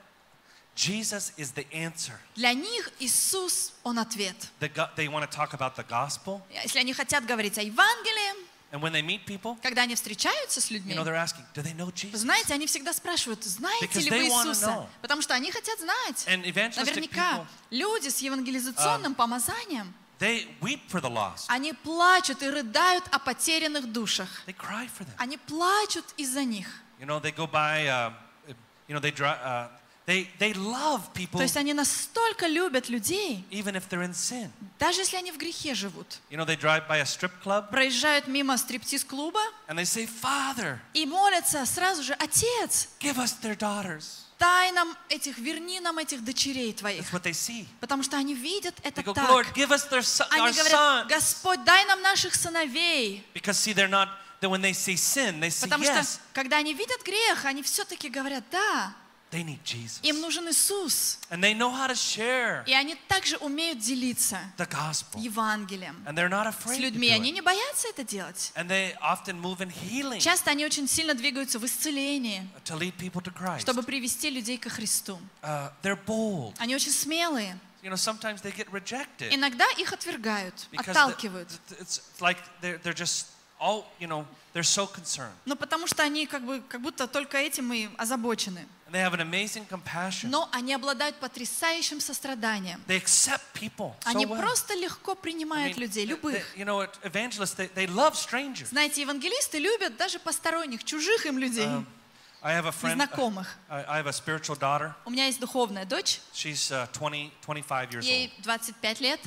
S1: Jesus is the answer.
S2: для них Иисус, Он ответ.
S1: The go- they want to talk about the gospel,
S2: Если они хотят говорить о Евангелии,
S1: and when they meet people,
S2: когда они встречаются с людьми,
S1: you know, they're asking, do they know Jesus?
S2: знаете, они всегда спрашивают, знаете
S1: Because
S2: ли вы
S1: they wanna
S2: Иисуса?
S1: know.
S2: Потому что они хотят знать.
S1: And evangelistic
S2: Наверняка
S1: people, Um,
S2: люди с евангелизационным помазанием,
S1: they weep for the lost.
S2: они плачут и рыдают о потерянных душах.
S1: They cry for them.
S2: Они плачут из-за них.
S1: You know, um, they go by, uh, you know, they drive, uh, They, they love people
S2: То есть они настолько любят людей,
S1: even if they're in sin.
S2: даже если они в грехе живут.
S1: You know, they drive by a strip club
S2: Проезжают мимо стриптиз-клуба
S1: and they say, Father,
S2: и молятся сразу же, «Отец,
S1: give us their daughters.
S2: дай нам этих, верни нам этих дочерей
S1: That's
S2: твоих».
S1: what they see.
S2: Потому что они видят это
S1: They go,
S2: так.
S1: Lord, give us their son, our
S2: Они говорят,
S1: son.
S2: «Господь, дай нам наших сыновей».
S1: Because see, they're not, that when they see sin, they see,
S2: Потому что,
S1: yes,
S2: когда они видят грех, они все-таки говорят, «Да,
S1: they need Jesus.
S2: им нужен Иисус».
S1: And they know how to share
S2: И они также умеют делиться
S1: the gospel.
S2: Евангелием
S1: And they're not
S2: с
S1: afraid to
S2: людьми.
S1: do
S2: Они
S1: it.
S2: не боятся это делать.
S1: And they often move in healing
S2: Часто они очень сильно двигаются в исцелении,
S1: to lead people to Christ.
S2: чтобы привести людей ко Христу.
S1: Uh, they're bold.
S2: Они очень смелые.
S1: You know, sometimes they get rejected.
S2: Иногда их отвергают,
S1: Э. because the-
S2: отталкивают.
S1: th- it's like they're, they're just all you know they're so concerned
S2: Но Ну, потому что они как, бы, как будто только этим и озабочены.
S1: and they have an amazing compassion
S2: Но они обладают потрясающим состраданием.
S1: they accept people so
S2: Они
S1: well.
S2: просто легко
S1: I
S2: принимают
S1: mean,
S2: людей,
S1: they-
S2: любых.
S1: they- you know what, evangelists they, they love strangers
S2: Знаете, евангелисты любят даже посторонних, чужих им людей,
S1: Um, I have a friend uh,
S2: незнакомых.
S1: I, I have a spiritual daughter
S2: У меня есть духовная дочь,
S1: she's uh, 20 25 years
S2: ей
S1: old
S2: 25 лет,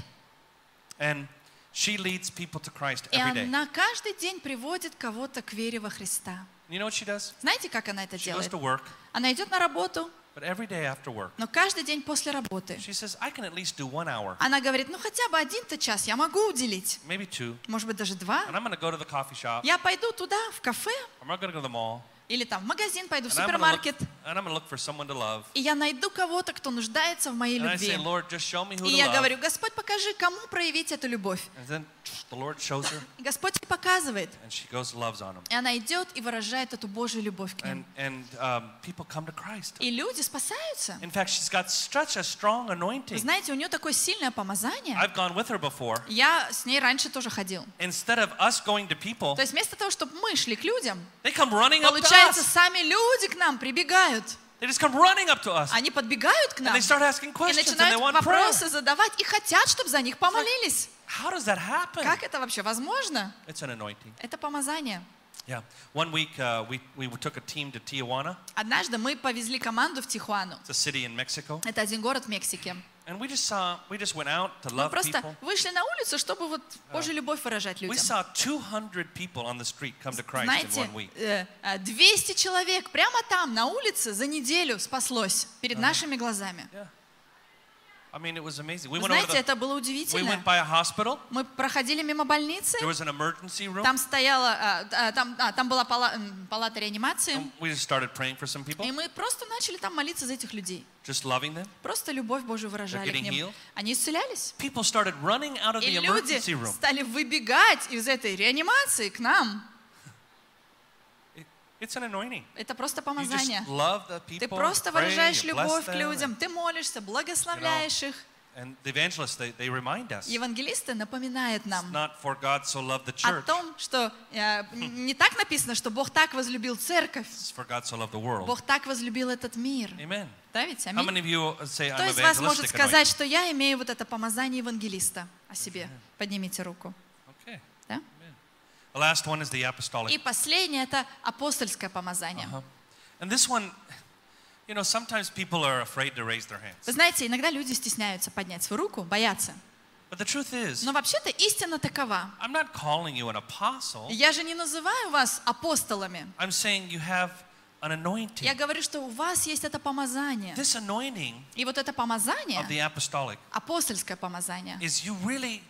S1: and she leads people to Christ
S2: и
S1: every day
S2: она каждый день приводит кого-то к вере во Христа.
S1: you know what she does
S2: Знаете, как она это
S1: she goes
S2: делает?
S1: to work
S2: Она идет на работу,
S1: but every day after work
S2: но каждый день после работы
S1: she says I can at least do one hour
S2: она говорит, ну хотя бы один-то час я могу уделить,
S1: maybe two
S2: может быть даже два.
S1: and I'm gonna go to the coffee shop
S2: Я пойду туда, в кафе,
S1: I'm not gonna go to the mall
S2: или там в магазин пойду, в
S1: And I'm gonna look-
S2: супермаркет,
S1: And I'm going to look for someone to love.
S2: и я найду кого-то, кто нуждается в моей
S1: And I say,
S2: любви.
S1: Lord, just show me who
S2: И
S1: to
S2: я
S1: love.
S2: говорю, Господь, покажи, кому проявить эту любовь.
S1: And then the Lord shows her,
S2: И Господь ей показывает.
S1: and she goes and loves on him.
S2: И она идет и выражает эту Божью любовь к
S1: And
S2: ним.
S1: and um, people come to Christ.
S2: И люди спасаются.
S1: In fact, she's got such a strong
S2: Вы
S1: anointing.
S2: знаете, у нее такое сильное помазание.
S1: I've gone with her before.
S2: Я с ней раньше тоже ходил.
S1: Instead of us going to people,
S2: То есть вместо того, чтобы мы шли к людям,
S1: they come running up to
S2: получается,
S1: us.
S2: сами люди к нам прибегают.
S1: They just come running up to us.
S2: Они подбегают к
S1: And
S2: нам
S1: they start asking
S2: и
S1: questions and they
S2: начинают
S1: want prayer.
S2: вопросы задавать и хотят, чтобы за них помолились.
S1: How does that happen?
S2: Как это вообще возможно?
S1: It's an anointing.
S2: Это помазание.
S1: Yeah. One week uh, we, we took a team to Tijuana.
S2: Однажды мы повезли команду в Тихуану.
S1: It's a city in Mexico.
S2: Это один город в Мексике.
S1: And we just saw, we just went out to
S2: Мы
S1: love people.
S2: просто вышли на улицу, чтобы вот Божью любовь выражать
S1: We
S2: людям.
S1: saw 200 people on the street come to Christ in
S2: Знаете,
S1: one week.
S2: э, э, 200 человек прямо там, на улице, за неделю спаслось перед
S1: Uh-huh.
S2: нашими глазами.
S1: Yeah. I mean, it was amazing. We
S2: Вы
S1: went over
S2: знаете,
S1: the,
S2: это было
S1: we
S2: удивительно.
S1: went by a hospital.
S2: Мы проходили мимо больницы,
S1: There was an emergency room.
S2: там стояла, а, а, там, а, там была пала- м, палата реанимации,
S1: And we just started praying for some people,
S2: и мы просто начали там молиться за этих людей.
S1: just loving them.
S2: Просто любовь Божию выражали к
S1: getting
S2: ним.
S1: healed.
S2: Они исцелялись.
S1: People started running out of
S2: И
S1: the
S2: люди
S1: emergency room.
S2: стали выбегать из этой реанимации к нам.
S1: It- it's an anointing.
S2: Это просто
S1: You
S2: помазание.
S1: just love the
S2: Ты
S1: people.
S2: просто
S1: you pray,
S2: выражаешь
S1: you bless
S2: любовь к
S1: them,
S2: людям, ты молишься, благословляешь их.
S1: And, and the evangelists, they, they remind us.
S2: Евангелисты напоминают
S1: It's
S2: нам
S1: not for God so loved the
S2: о
S1: church.
S2: том, что э, не так написано, что Бог так возлюбил церковь,
S1: It's for God so loved the world.
S2: Бог так возлюбил этот мир.
S1: Amen.
S2: Да ведь?
S1: How
S2: Аминь.
S1: many of you uh, say
S2: Кто
S1: I'm
S2: из вас может
S1: evangelistic? anointing"?
S2: сказать, что я имею вот это помазание евангелиста о себе? Поднимите руку.
S1: Okay.
S2: Да?
S1: The last one is the apostolic.
S2: И последнее — это апостольское помазание.
S1: Uh-huh. And this one, you know, sometimes people are afraid to raise their hands.
S2: Вы знаете, иногда люди стесняются поднять свою руку, боятся.
S1: But the truth is,
S2: Но вообще-то истина такова.
S1: I'm not calling you an apostle.
S2: Я же не называю вас апостолами.
S1: I'm saying you have an
S2: Я
S1: anointing.
S2: говорю, что у вас есть это помазание.
S1: This anointing
S2: И вот это
S1: of
S2: помазание,
S1: the apostolic
S2: апостольское помазание,
S1: is you really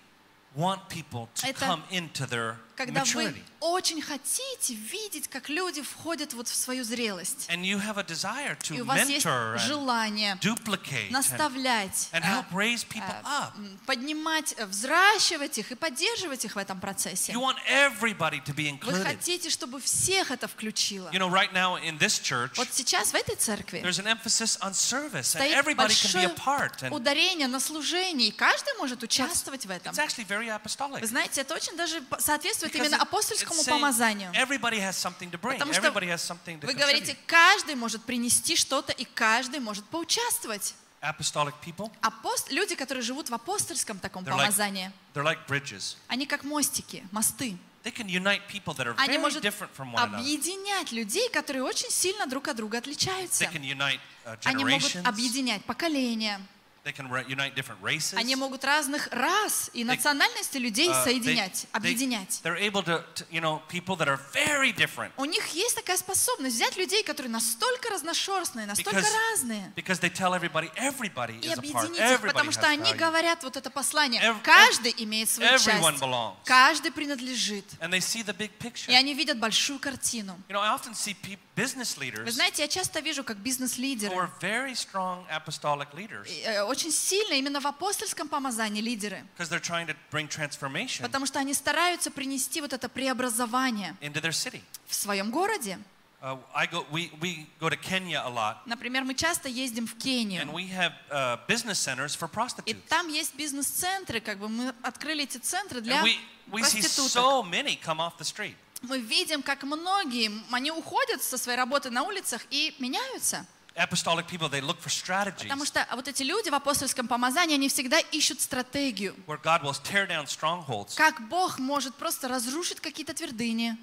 S1: want people to
S2: Это
S1: come into their
S2: когда вы
S1: maturity.
S2: очень хотите видеть, как люди входят вот в свою зрелость.
S1: And you have a desire
S2: И
S1: to
S2: у вас есть
S1: mentor and
S2: желание
S1: duplicate and,
S2: наставлять,
S1: and
S2: э,
S1: help raise people up.
S2: м, поднимать, э, взращивать их и поддерживать их в этом процессе.
S1: You want everybody to be
S2: Вы
S1: included.
S2: хотите, чтобы всех это включило.
S1: You know, right now in this church,
S2: Вот сейчас в этой церкви
S1: There's an emphasis on service, and
S2: стоит
S1: everybody can be
S2: большое
S1: a part. And
S2: ударение на служение, и каждый может участвовать в этом.
S1: it's actually very apostolic.
S2: Вы знаете, это очень даже по- соответствует
S1: because
S2: именно
S1: it-
S2: апостольскому
S1: it's saying
S2: помазанию.
S1: Everybody has something to bring.
S2: Потому что
S1: Everybody has something to
S2: Вы говорите,
S1: contribute.
S2: каждый может принести что-то, и каждый может поучаствовать.
S1: Apostolic people,
S2: Апост... Люди, которые живут в апостольском таком
S1: they're like,
S2: помазании,
S1: they're like bridges.
S2: они как мостики, мосты.
S1: They can unite people that are
S2: Они
S1: very
S2: может
S1: different from one another.
S2: объединять людей, которые очень сильно друг от друга отличаются.
S1: They can unite uh,
S2: Они могут
S1: generations.
S2: объединять поколения.
S1: They can re- unite different races.
S2: Они могут разных рас
S1: Э,
S2: и национальностей людей
S1: Uh, they-
S2: соединять,
S1: they-
S2: объединять.
S1: They're able to, to, you know, people that are very different
S2: У них есть такая способность взять людей, которые настолько разношерстные, настолько
S1: Because-
S2: разные,
S1: because they tell everybody everybody
S2: и
S1: is a part.
S2: объединить их,
S1: Everybody
S2: потому
S1: has
S2: что они
S1: value.
S2: говорят вот это послание.
S1: Ev-
S2: Каждый имеет свою
S1: everyone
S2: часть.
S1: belongs.
S2: Каждый принадлежит.
S1: And they see the big picture.
S2: И они видят большую картину.
S1: You know, I often see peop business
S2: Вы
S1: leaders
S2: знаете, я часто вижу, как
S1: who are
S2: бизнес-лидеры
S1: very strong apostolic leaders
S2: э, очень сильно именно в апостольском помазании лидеры,
S1: because they're trying to bring transformation
S2: потому что они стараются принести вот это преобразование
S1: into their city.
S2: в своем городе.
S1: Uh, I go, we, we go to Kenya a lot,
S2: Например, мы часто ездим в
S1: and
S2: Кению,
S1: we have uh, business centers for
S2: и
S1: prostitutes.
S2: там есть бизнес-центры, как бы мы открыли эти центры для
S1: And we, we see
S2: проституток.
S1: so many come off the street.
S2: Мы видим, как многие, м, они уходят со своей работы на улицах и меняются.
S1: Apostolic people, they look for strategies
S2: Потому что вот эти люди в апостольском помазании, они всегда ищут стратегию.
S1: where God will tear down strongholds.
S2: Как Бог может просто разрушить какие-то твердыни.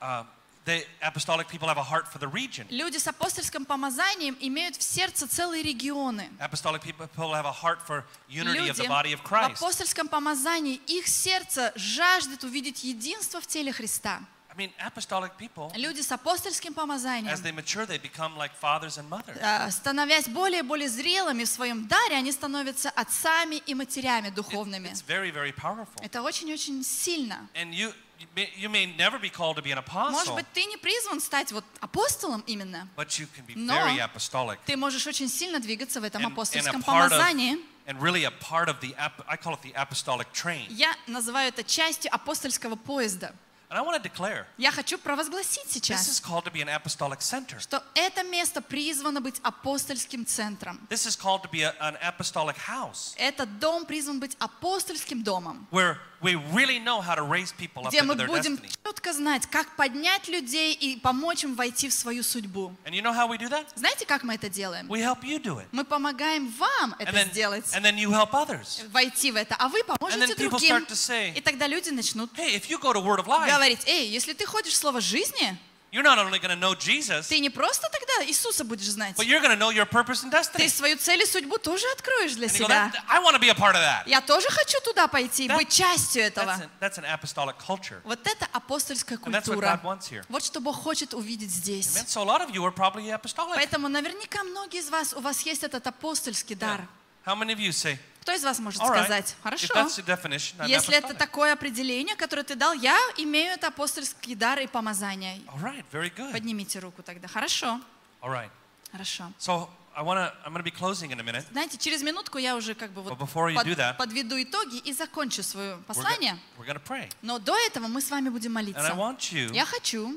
S1: Uh, the apostolic people have a heart for the region.
S2: Люди с апостольским помазанием имеют в сердце целые регионы.
S1: Apostolic people have a heart for unity of
S2: Люди
S1: the body of
S2: в
S1: Christ.
S2: апостольском помазании, их сердце жаждет увидеть единство в теле Христа.
S1: I mean, apostolic people,
S2: Люди с апостольским помазанием,
S1: as they mature, they become like fathers and mothers.
S2: э, становясь более и более зрелыми в своем даре, они становятся отцами и матерями
S1: It-
S2: духовными.
S1: it's very, very powerful.
S2: Это очень-очень сильно.
S1: And you, you may- you may never be called to be an
S2: Может
S1: apostle,
S2: быть, ты не призван стать вот апостолом именно.
S1: but you can be
S2: Но
S1: very apostolic
S2: Ты можешь очень сильно двigаться в этом
S1: and, and a
S2: апостольском
S1: part of,
S2: помазании.
S1: and really a part of the, ap- I call it the apostolic train.
S2: Я называю это частью апостольского поезда.
S1: And I want to declare,
S2: Я хочу провозгласить
S1: this is
S2: сейчас,
S1: called to be an apostolic center.
S2: что это место призвано быть апостольским центром.
S1: This is called to be a- an apostolic house
S2: Этот дом призван быть апостольским домом,
S1: where we really know how to raise people up
S2: где
S1: into
S2: мы
S1: their
S2: будем
S1: destiny.
S2: четко знать, как поднять людей и помочь им войти в свою судьбу.
S1: And you know how we do that?
S2: Знаете, как мы это делаем?
S1: We help you do it.
S2: Мы помогаем вам
S1: And
S2: это
S1: then,
S2: сделать,
S1: and then you help others.
S2: войти в это, а вы
S1: And
S2: поможете
S1: then people
S2: другим.
S1: start to say-
S2: И тогда люди начнут
S1: Hey, if you go to Word of Life,
S2: говорить, эй, если ты ходишь в слово жизни,
S1: you're not only going to know Jesus,
S2: ты не просто тогда Иисуса будешь знать,
S1: but you're going to know your purpose and destiny.
S2: ты свою цель и судьбу тоже откроешь для
S1: And you go,
S2: себя.
S1: "That- I want to be a part of that.
S2: Я тоже хочу туда пойти,
S1: That-
S2: быть частью этого.
S1: That's, an- that's an apostolic culture.
S2: Вот это апостольская
S1: And that's what God
S2: культура.
S1: wants here.
S2: Вот что Бог хочет увидеть здесь.
S1: Amen. So a lot of you are probably apostolic.
S2: Поэтому наверняка многие из вас, у вас есть этот апостольский дар.
S1: Yeah. How many of you say,
S2: Кто из вас может
S1: all right,
S2: сказать,
S1: if
S2: хорошо,
S1: that's the definition, I'm
S2: если это
S1: apostolic.
S2: такое определение, которое ты дал, я имею это апостольский дар и помазание.
S1: All right, very good.
S2: Поднимите руку тогда. Хорошо,
S1: All right.
S2: хорошо.
S1: So I want to, I'm going to be closing in a minute.
S2: Знаете, через минутку я уже как бы вот
S1: But before you
S2: под-
S1: do that,
S2: подведу итоги и закончу свое
S1: We're go-
S2: послание.
S1: We're going to pray.
S2: Но до этого мы с вами будем
S1: And I
S2: молиться.
S1: want you
S2: Я хочу,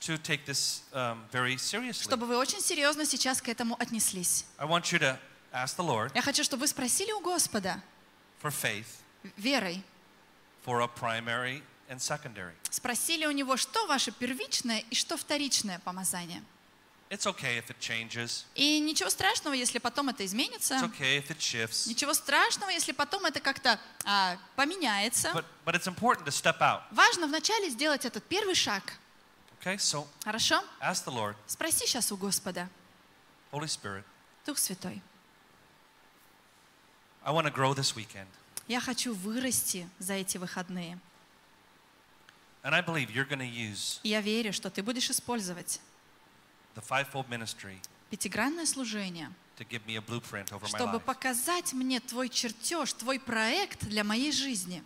S1: to take this um, very seriously.
S2: чтобы вы очень серьезно сейчас к этому отнеслись.
S1: I want you to ask the Lord
S2: Я хочу, чтобы вы спросили у Господа
S1: for faith
S2: верой,
S1: for a primary and secondary.
S2: спросили у него, что ваше первичное и что вторичное помазание.
S1: It's okay if it changes.
S2: И ничего страшного, если потом это изменится.
S1: It's okay if it shifts.
S2: Ничего страшного, если потом это как-то а, поменяется.
S1: But but it's important to step out.
S2: Важно вначале сделать этот первый шаг.
S1: Okay? So
S2: Хорошо?
S1: ask the Lord,
S2: Спроси сейчас у Господа,
S1: Holy Spirit,
S2: Дух Святой.
S1: I want to grow this weekend.
S2: Я хочу вырасти за эти выходные.
S1: And I believe you're going to use
S2: И я верю, что ты будешь использовать
S1: the fivefold ministry
S2: пятигранное служение,
S1: to give me a blueprint over my
S2: чтобы
S1: life.
S2: показать мне твой чертеж, твой проект для моей жизни.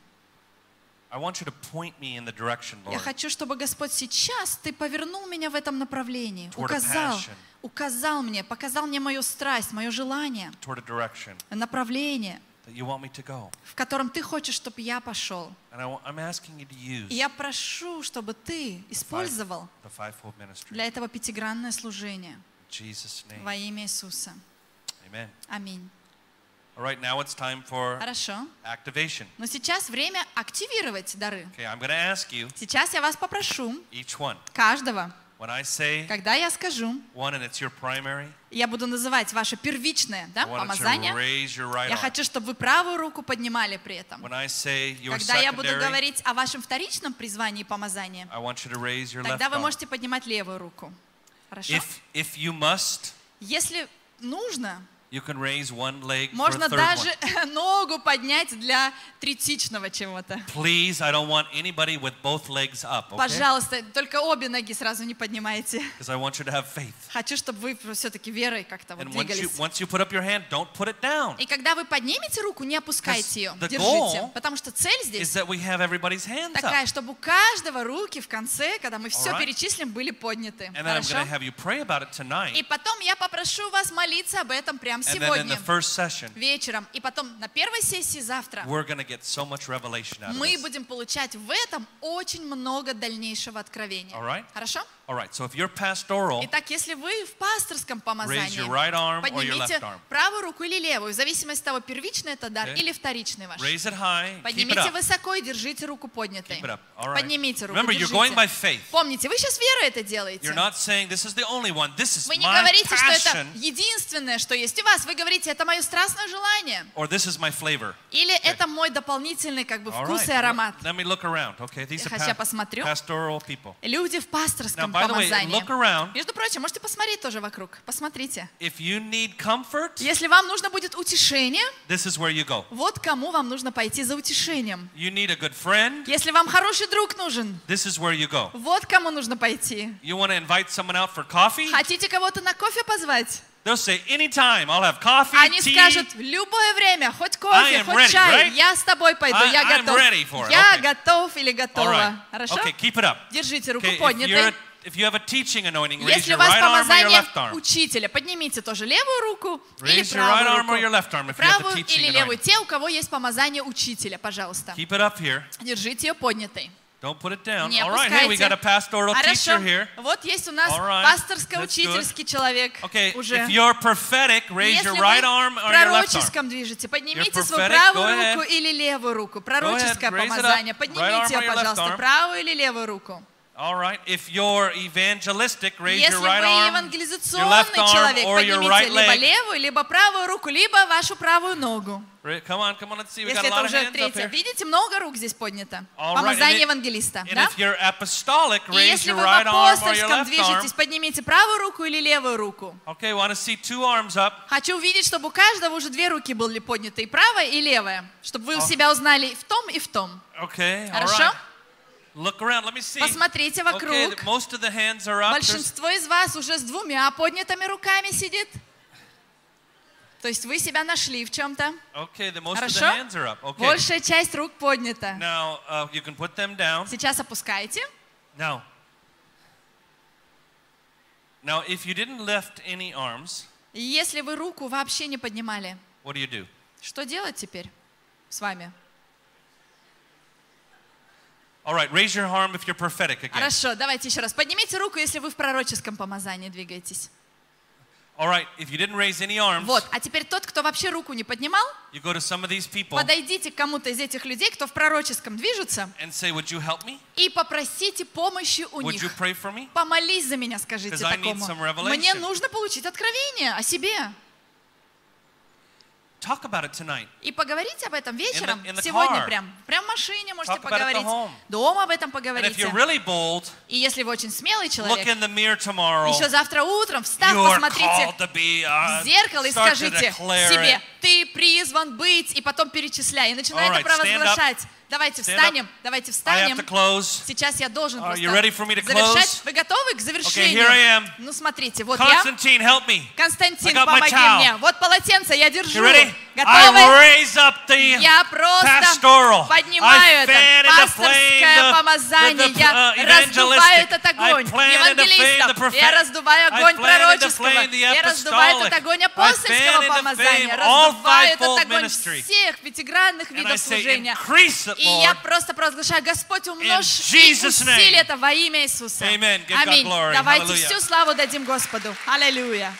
S1: I want you to point me in the direction,
S2: Я
S1: Lord.
S2: хочу, чтобы Господь сейчас ты повернул меня в этом направлении,
S1: Toward a
S2: указал,
S1: passion.
S2: указал мне, показал мне мою страсть, мое желание,
S1: toward a direction
S2: направление,
S1: that you want me to go.
S2: в котором ты хочешь, чтобы я пошел.
S1: And I, am asking you to use
S2: И я прошу, чтобы ты использовал
S1: the fivefold ministry.
S2: для этого пятигранное служение
S1: In Jesus' name.
S2: во имя Иисуса.
S1: Amen.
S2: Аминь.
S1: All right, now it's time for
S2: Хорошо.
S1: activation.
S2: Но сейчас время активировать дары.
S1: Okay, I'm going to ask you
S2: Сейчас я вас попрошу,
S1: each one
S2: каждого,
S1: When I say
S2: Когда я скажу,
S1: one and it's your primary,
S2: я буду называть ваше первичное да,
S1: I want you
S2: помазание,
S1: to raise your right
S2: я
S1: arm.
S2: хочу, чтобы вы правую руку поднимали при этом.
S1: When I say your
S2: Когда я буду
S1: secondary,
S2: говорить о вашем вторичном призвании и помазании,
S1: I want you to raise your left
S2: тогда вы
S1: arm.
S2: можете поднимать левую руку. Хорошо?
S1: If, if you must,
S2: Если нужно,
S1: you can raise one leg for a
S2: можно
S1: third one.
S2: даже ногу поднять для третичного чего-то.
S1: Please, I don't want anybody with both legs up, okay?
S2: Пожалуйста, только обе ноги сразу не поднимайте.
S1: Because I want you to have faith.
S2: Хочу, чтобы вы все-таки верой как-то вот
S1: And once you,
S2: двигались.
S1: once you put up your hand, don't put it down.
S2: И когда вы поднимете руку, не опускайте ее,
S1: Because the
S2: держите.
S1: goal
S2: Потому что цель
S1: Is
S2: здесь
S1: that we have everybody's hands up.
S2: такая, чтобы у каждого руки в конце, когда мы все
S1: Alright.
S2: перечислим, были подняты.
S1: And then I'm
S2: Хорошо?
S1: going to have you pray about it
S2: И
S1: tonight.
S2: потом я попрошу вас молиться об этом прямо
S1: And then in the
S2: сегодня,
S1: first session,
S2: вечером. И потом на первой сессии завтра
S1: we're going to get so much revelation out of
S2: мы
S1: this.
S2: будем получать в этом очень много дальнейшего откровения.
S1: Alright.
S2: Хорошо?
S1: All right, so if you're pastoral,
S2: Итак, если вы в пасторском помазании,
S1: your right arm or your
S2: поднимите
S1: left arm.
S2: правую руку или левую, в зависимости от того, первичный это дар
S1: Okay.
S2: или вторичный ваш.
S1: raise it high, keep it
S2: Поднимите
S1: up.
S2: высоко и держите руку поднятой.
S1: Keep it up. All right.
S2: Поднимите руку,
S1: Remember, you're
S2: держите.
S1: going by faith.
S2: Помните, вы сейчас верой это делаете.
S1: You're not saying this is the only one. This is
S2: Вы не
S1: my
S2: говорите, что это
S1: passion
S2: единственное, что есть у вас. Вы говорите, это мое страстное желание.
S1: or this is my flavor.
S2: Или это мой дополнительный как бы
S1: All
S2: вкус
S1: right.
S2: и аромат.
S1: Let me look around. Okay, these are
S2: Хотя посмотрю.
S1: pastoral people.
S2: Люди в пасторском
S1: Now, by the way,
S2: помазании.
S1: look around.
S2: Между прочим, можете посмотреть тоже вокруг. Посмотрите.
S1: If you need comfort,
S2: Если вам нужно будет утешение,
S1: this is where you go.
S2: вот кому вам нужно пойти за утешением.
S1: You need a good friend,
S2: Если вам хороший друг нужен,
S1: this is where you go.
S2: вот кому нужно пойти.
S1: You want to invite someone out for coffee?
S2: Хотите кого-то на кофе позвать?
S1: They'll say, anytime, I'll have coffee,
S2: Они
S1: tea.
S2: скажут, в любое время, хоть
S1: I
S2: кофе,
S1: am
S2: хоть
S1: ready,
S2: чай,
S1: right?
S2: я с тобой пойду,
S1: I-
S2: я
S1: I'm
S2: готов.
S1: ready for it,
S2: Я
S1: okay.
S2: готова или
S1: All
S2: готова.
S1: right.
S2: Хорошо?
S1: Okay, keep it up.
S2: Держите руку
S1: Okay, if, you're
S2: поднятой.
S1: a- if you have a teaching anointing, raise
S2: Если у
S1: your
S2: вас
S1: right arm or your
S2: помазание
S1: left arm.
S2: учителя, поднимите тоже левую руку или
S1: Raise your right arm or
S2: правую
S1: your
S2: руку.
S1: left arm if you have the
S2: Правую или
S1: teaching
S2: левую.
S1: anointing.
S2: Те, у кого есть помазание учителя, пожалуйста.
S1: Keep it up here.
S2: Держите ее поднятой.
S1: Don't put it down.
S2: Не
S1: All right, hey, we
S2: опускайте.
S1: got a pastoral
S2: Хорошо.
S1: teacher here.
S2: Вот есть у нас
S1: All right. That's
S2: пасторско-учительский человек
S1: Okay,
S2: уже.
S1: if you're prophetic, raise
S2: Если
S1: your
S2: вы
S1: right arm
S2: в
S1: or your left arm.
S2: пророческом движете, поднимите
S1: You're
S2: свою
S1: prophetic,
S2: правую
S1: go ahead.
S2: руку или левую руку. Пророческое
S1: raise it up.
S2: помазание.
S1: Right
S2: Поднимите
S1: arm or
S2: ее,
S1: your left
S2: пожалуйста,
S1: arm.
S2: правую или левую руку.
S1: All right, if you're evangelistic, raise
S2: Если
S1: your right arm,
S2: вы
S1: your
S2: евангелизационный
S1: left arm,
S2: человек,
S1: or your
S2: поднимите
S1: right
S2: либо
S1: leg.
S2: левую, либо правую руку, либо вашу правую ногу.
S1: Ra- Come on, come on, let's see. We got
S2: Если
S1: a
S2: это
S1: lot of
S2: уже
S1: hands up
S2: третье.
S1: here.
S2: Видите, много рук здесь поднято.
S1: All right,
S2: Помазание
S1: and it-
S2: евангелиста.
S1: And
S2: да?
S1: if you're apostolic,
S2: И
S1: raise
S2: если
S1: your
S2: вы в
S1: right arm or your
S2: апостольском
S1: left arm.
S2: движетесь, поднимите правую руку или левую руку.
S1: Okay, want to see two arms up.
S2: Хочу увидеть, чтобы у каждого уже две руки были подняты, и правая, и левая, чтобы вы себя узнали и в том, и в том.
S1: Okay, all
S2: Хорошо?
S1: right. Look around, let me see.
S2: Посмотрите
S1: Okay,
S2: вокруг.
S1: the- most of the hands are up. There's-
S2: Большинство из вас уже с двумя поднятыми руками сидит. То есть вы себя нашли в чем-то.
S1: Okay, the most of the
S2: Хорошо?
S1: hands are up. Okay.
S2: Большая часть рук поднята.
S1: Now, uh, you can put them down.
S2: Сейчас опускайте.
S1: Now, now, if you didn't lift any arms,
S2: И Если вы руку вообще не поднимали,
S1: what do you do?
S2: что делать теперь с вами?
S1: All right, raise your arm if you're prophetic again.
S2: Хорошо, давайте еще раз. Поднимите руку, если вы в пророческом помазании двигаетесь.
S1: All right, if you didn't raise any arms,
S2: Вот, а теперь тот, кто вообще руку не поднимал,
S1: you go to some of these people
S2: подойдите к кому-то из этих людей, кто в пророческом движется,
S1: and say, "Would you help me?
S2: и попросите помощи у
S1: Would you
S2: них.
S1: pray for me?"
S2: Помолись за меня, скажите
S1: 'Cause I need
S2: такому.
S1: some revelation.
S2: Мне нужно получить откровение о себе.
S1: Talk about it tonight.
S2: И поговорите об этом вечером,
S1: in the
S2: сегодня
S1: car.
S2: прям. Прям в машине можете
S1: Talk about it at
S2: поговорить.
S1: home.
S2: Дома об этом
S1: And if
S2: поговорите.
S1: you're really bold,
S2: И если вы очень смелый
S1: look
S2: человек,
S1: in the mirror tomorrow.
S2: еще завтра утром встав,
S1: You are
S2: посмотрите
S1: called to be.
S2: в
S1: Uh,
S2: зеркало и
S1: start to
S2: скажите
S1: declare
S2: себе,
S1: it.
S2: ты призван быть, и потом перечисляй. И начинай
S1: All
S2: это
S1: right, stand up.
S2: провозглашать. Давайте
S1: Stand up.
S2: встанем, давайте
S1: I have to
S2: встанем.
S1: close.
S2: Сейчас я должен
S1: Are
S2: просто
S1: you ready for me to
S2: завершать.
S1: close?
S2: Вы готовы к завершению?
S1: here I am.
S2: Ну смотрите, вот я.
S1: Constantine, help me. I
S2: Константин,
S1: got my
S2: помоги
S1: towel.
S2: мне. Вот полотенце я держу.
S1: You ready?
S2: Готовы?
S1: I raise up the
S2: Я просто
S1: pastoral. I
S2: поднимаю
S1: fan
S2: это
S1: in the flame
S2: пасторское
S1: the-
S2: помазание.
S1: the- the,
S2: Я
S1: uh,
S2: раздуваю
S1: evangelistic.
S2: этот
S1: I
S2: огонь
S1: plan in the flame the
S2: евангелистов. Я
S1: prophetic.
S2: раздуваю
S1: I
S2: огонь
S1: plan in the
S2: пророческого.
S1: flame the
S2: Я раздуваю этот
S1: apostolic.
S2: огонь
S1: I fan in
S2: апостольского
S1: the
S2: помазания.
S1: flame all
S2: Раздуваю этот
S1: fivefold
S2: огонь
S1: ministry.
S2: всех пятигранных
S1: And I
S2: видов
S1: say,
S2: служения.
S1: increase it,
S2: И я
S1: Lord.
S2: просто провозглашаю, Господь, умножь
S1: In
S2: и
S1: Jesus'
S2: усиль
S1: name.
S2: это во имя Иисуса.
S1: Amen. Give God
S2: Аминь.
S1: glory.
S2: Давайте
S1: Hallelujah.
S2: всю славу дадим Господу. Аллилуйя.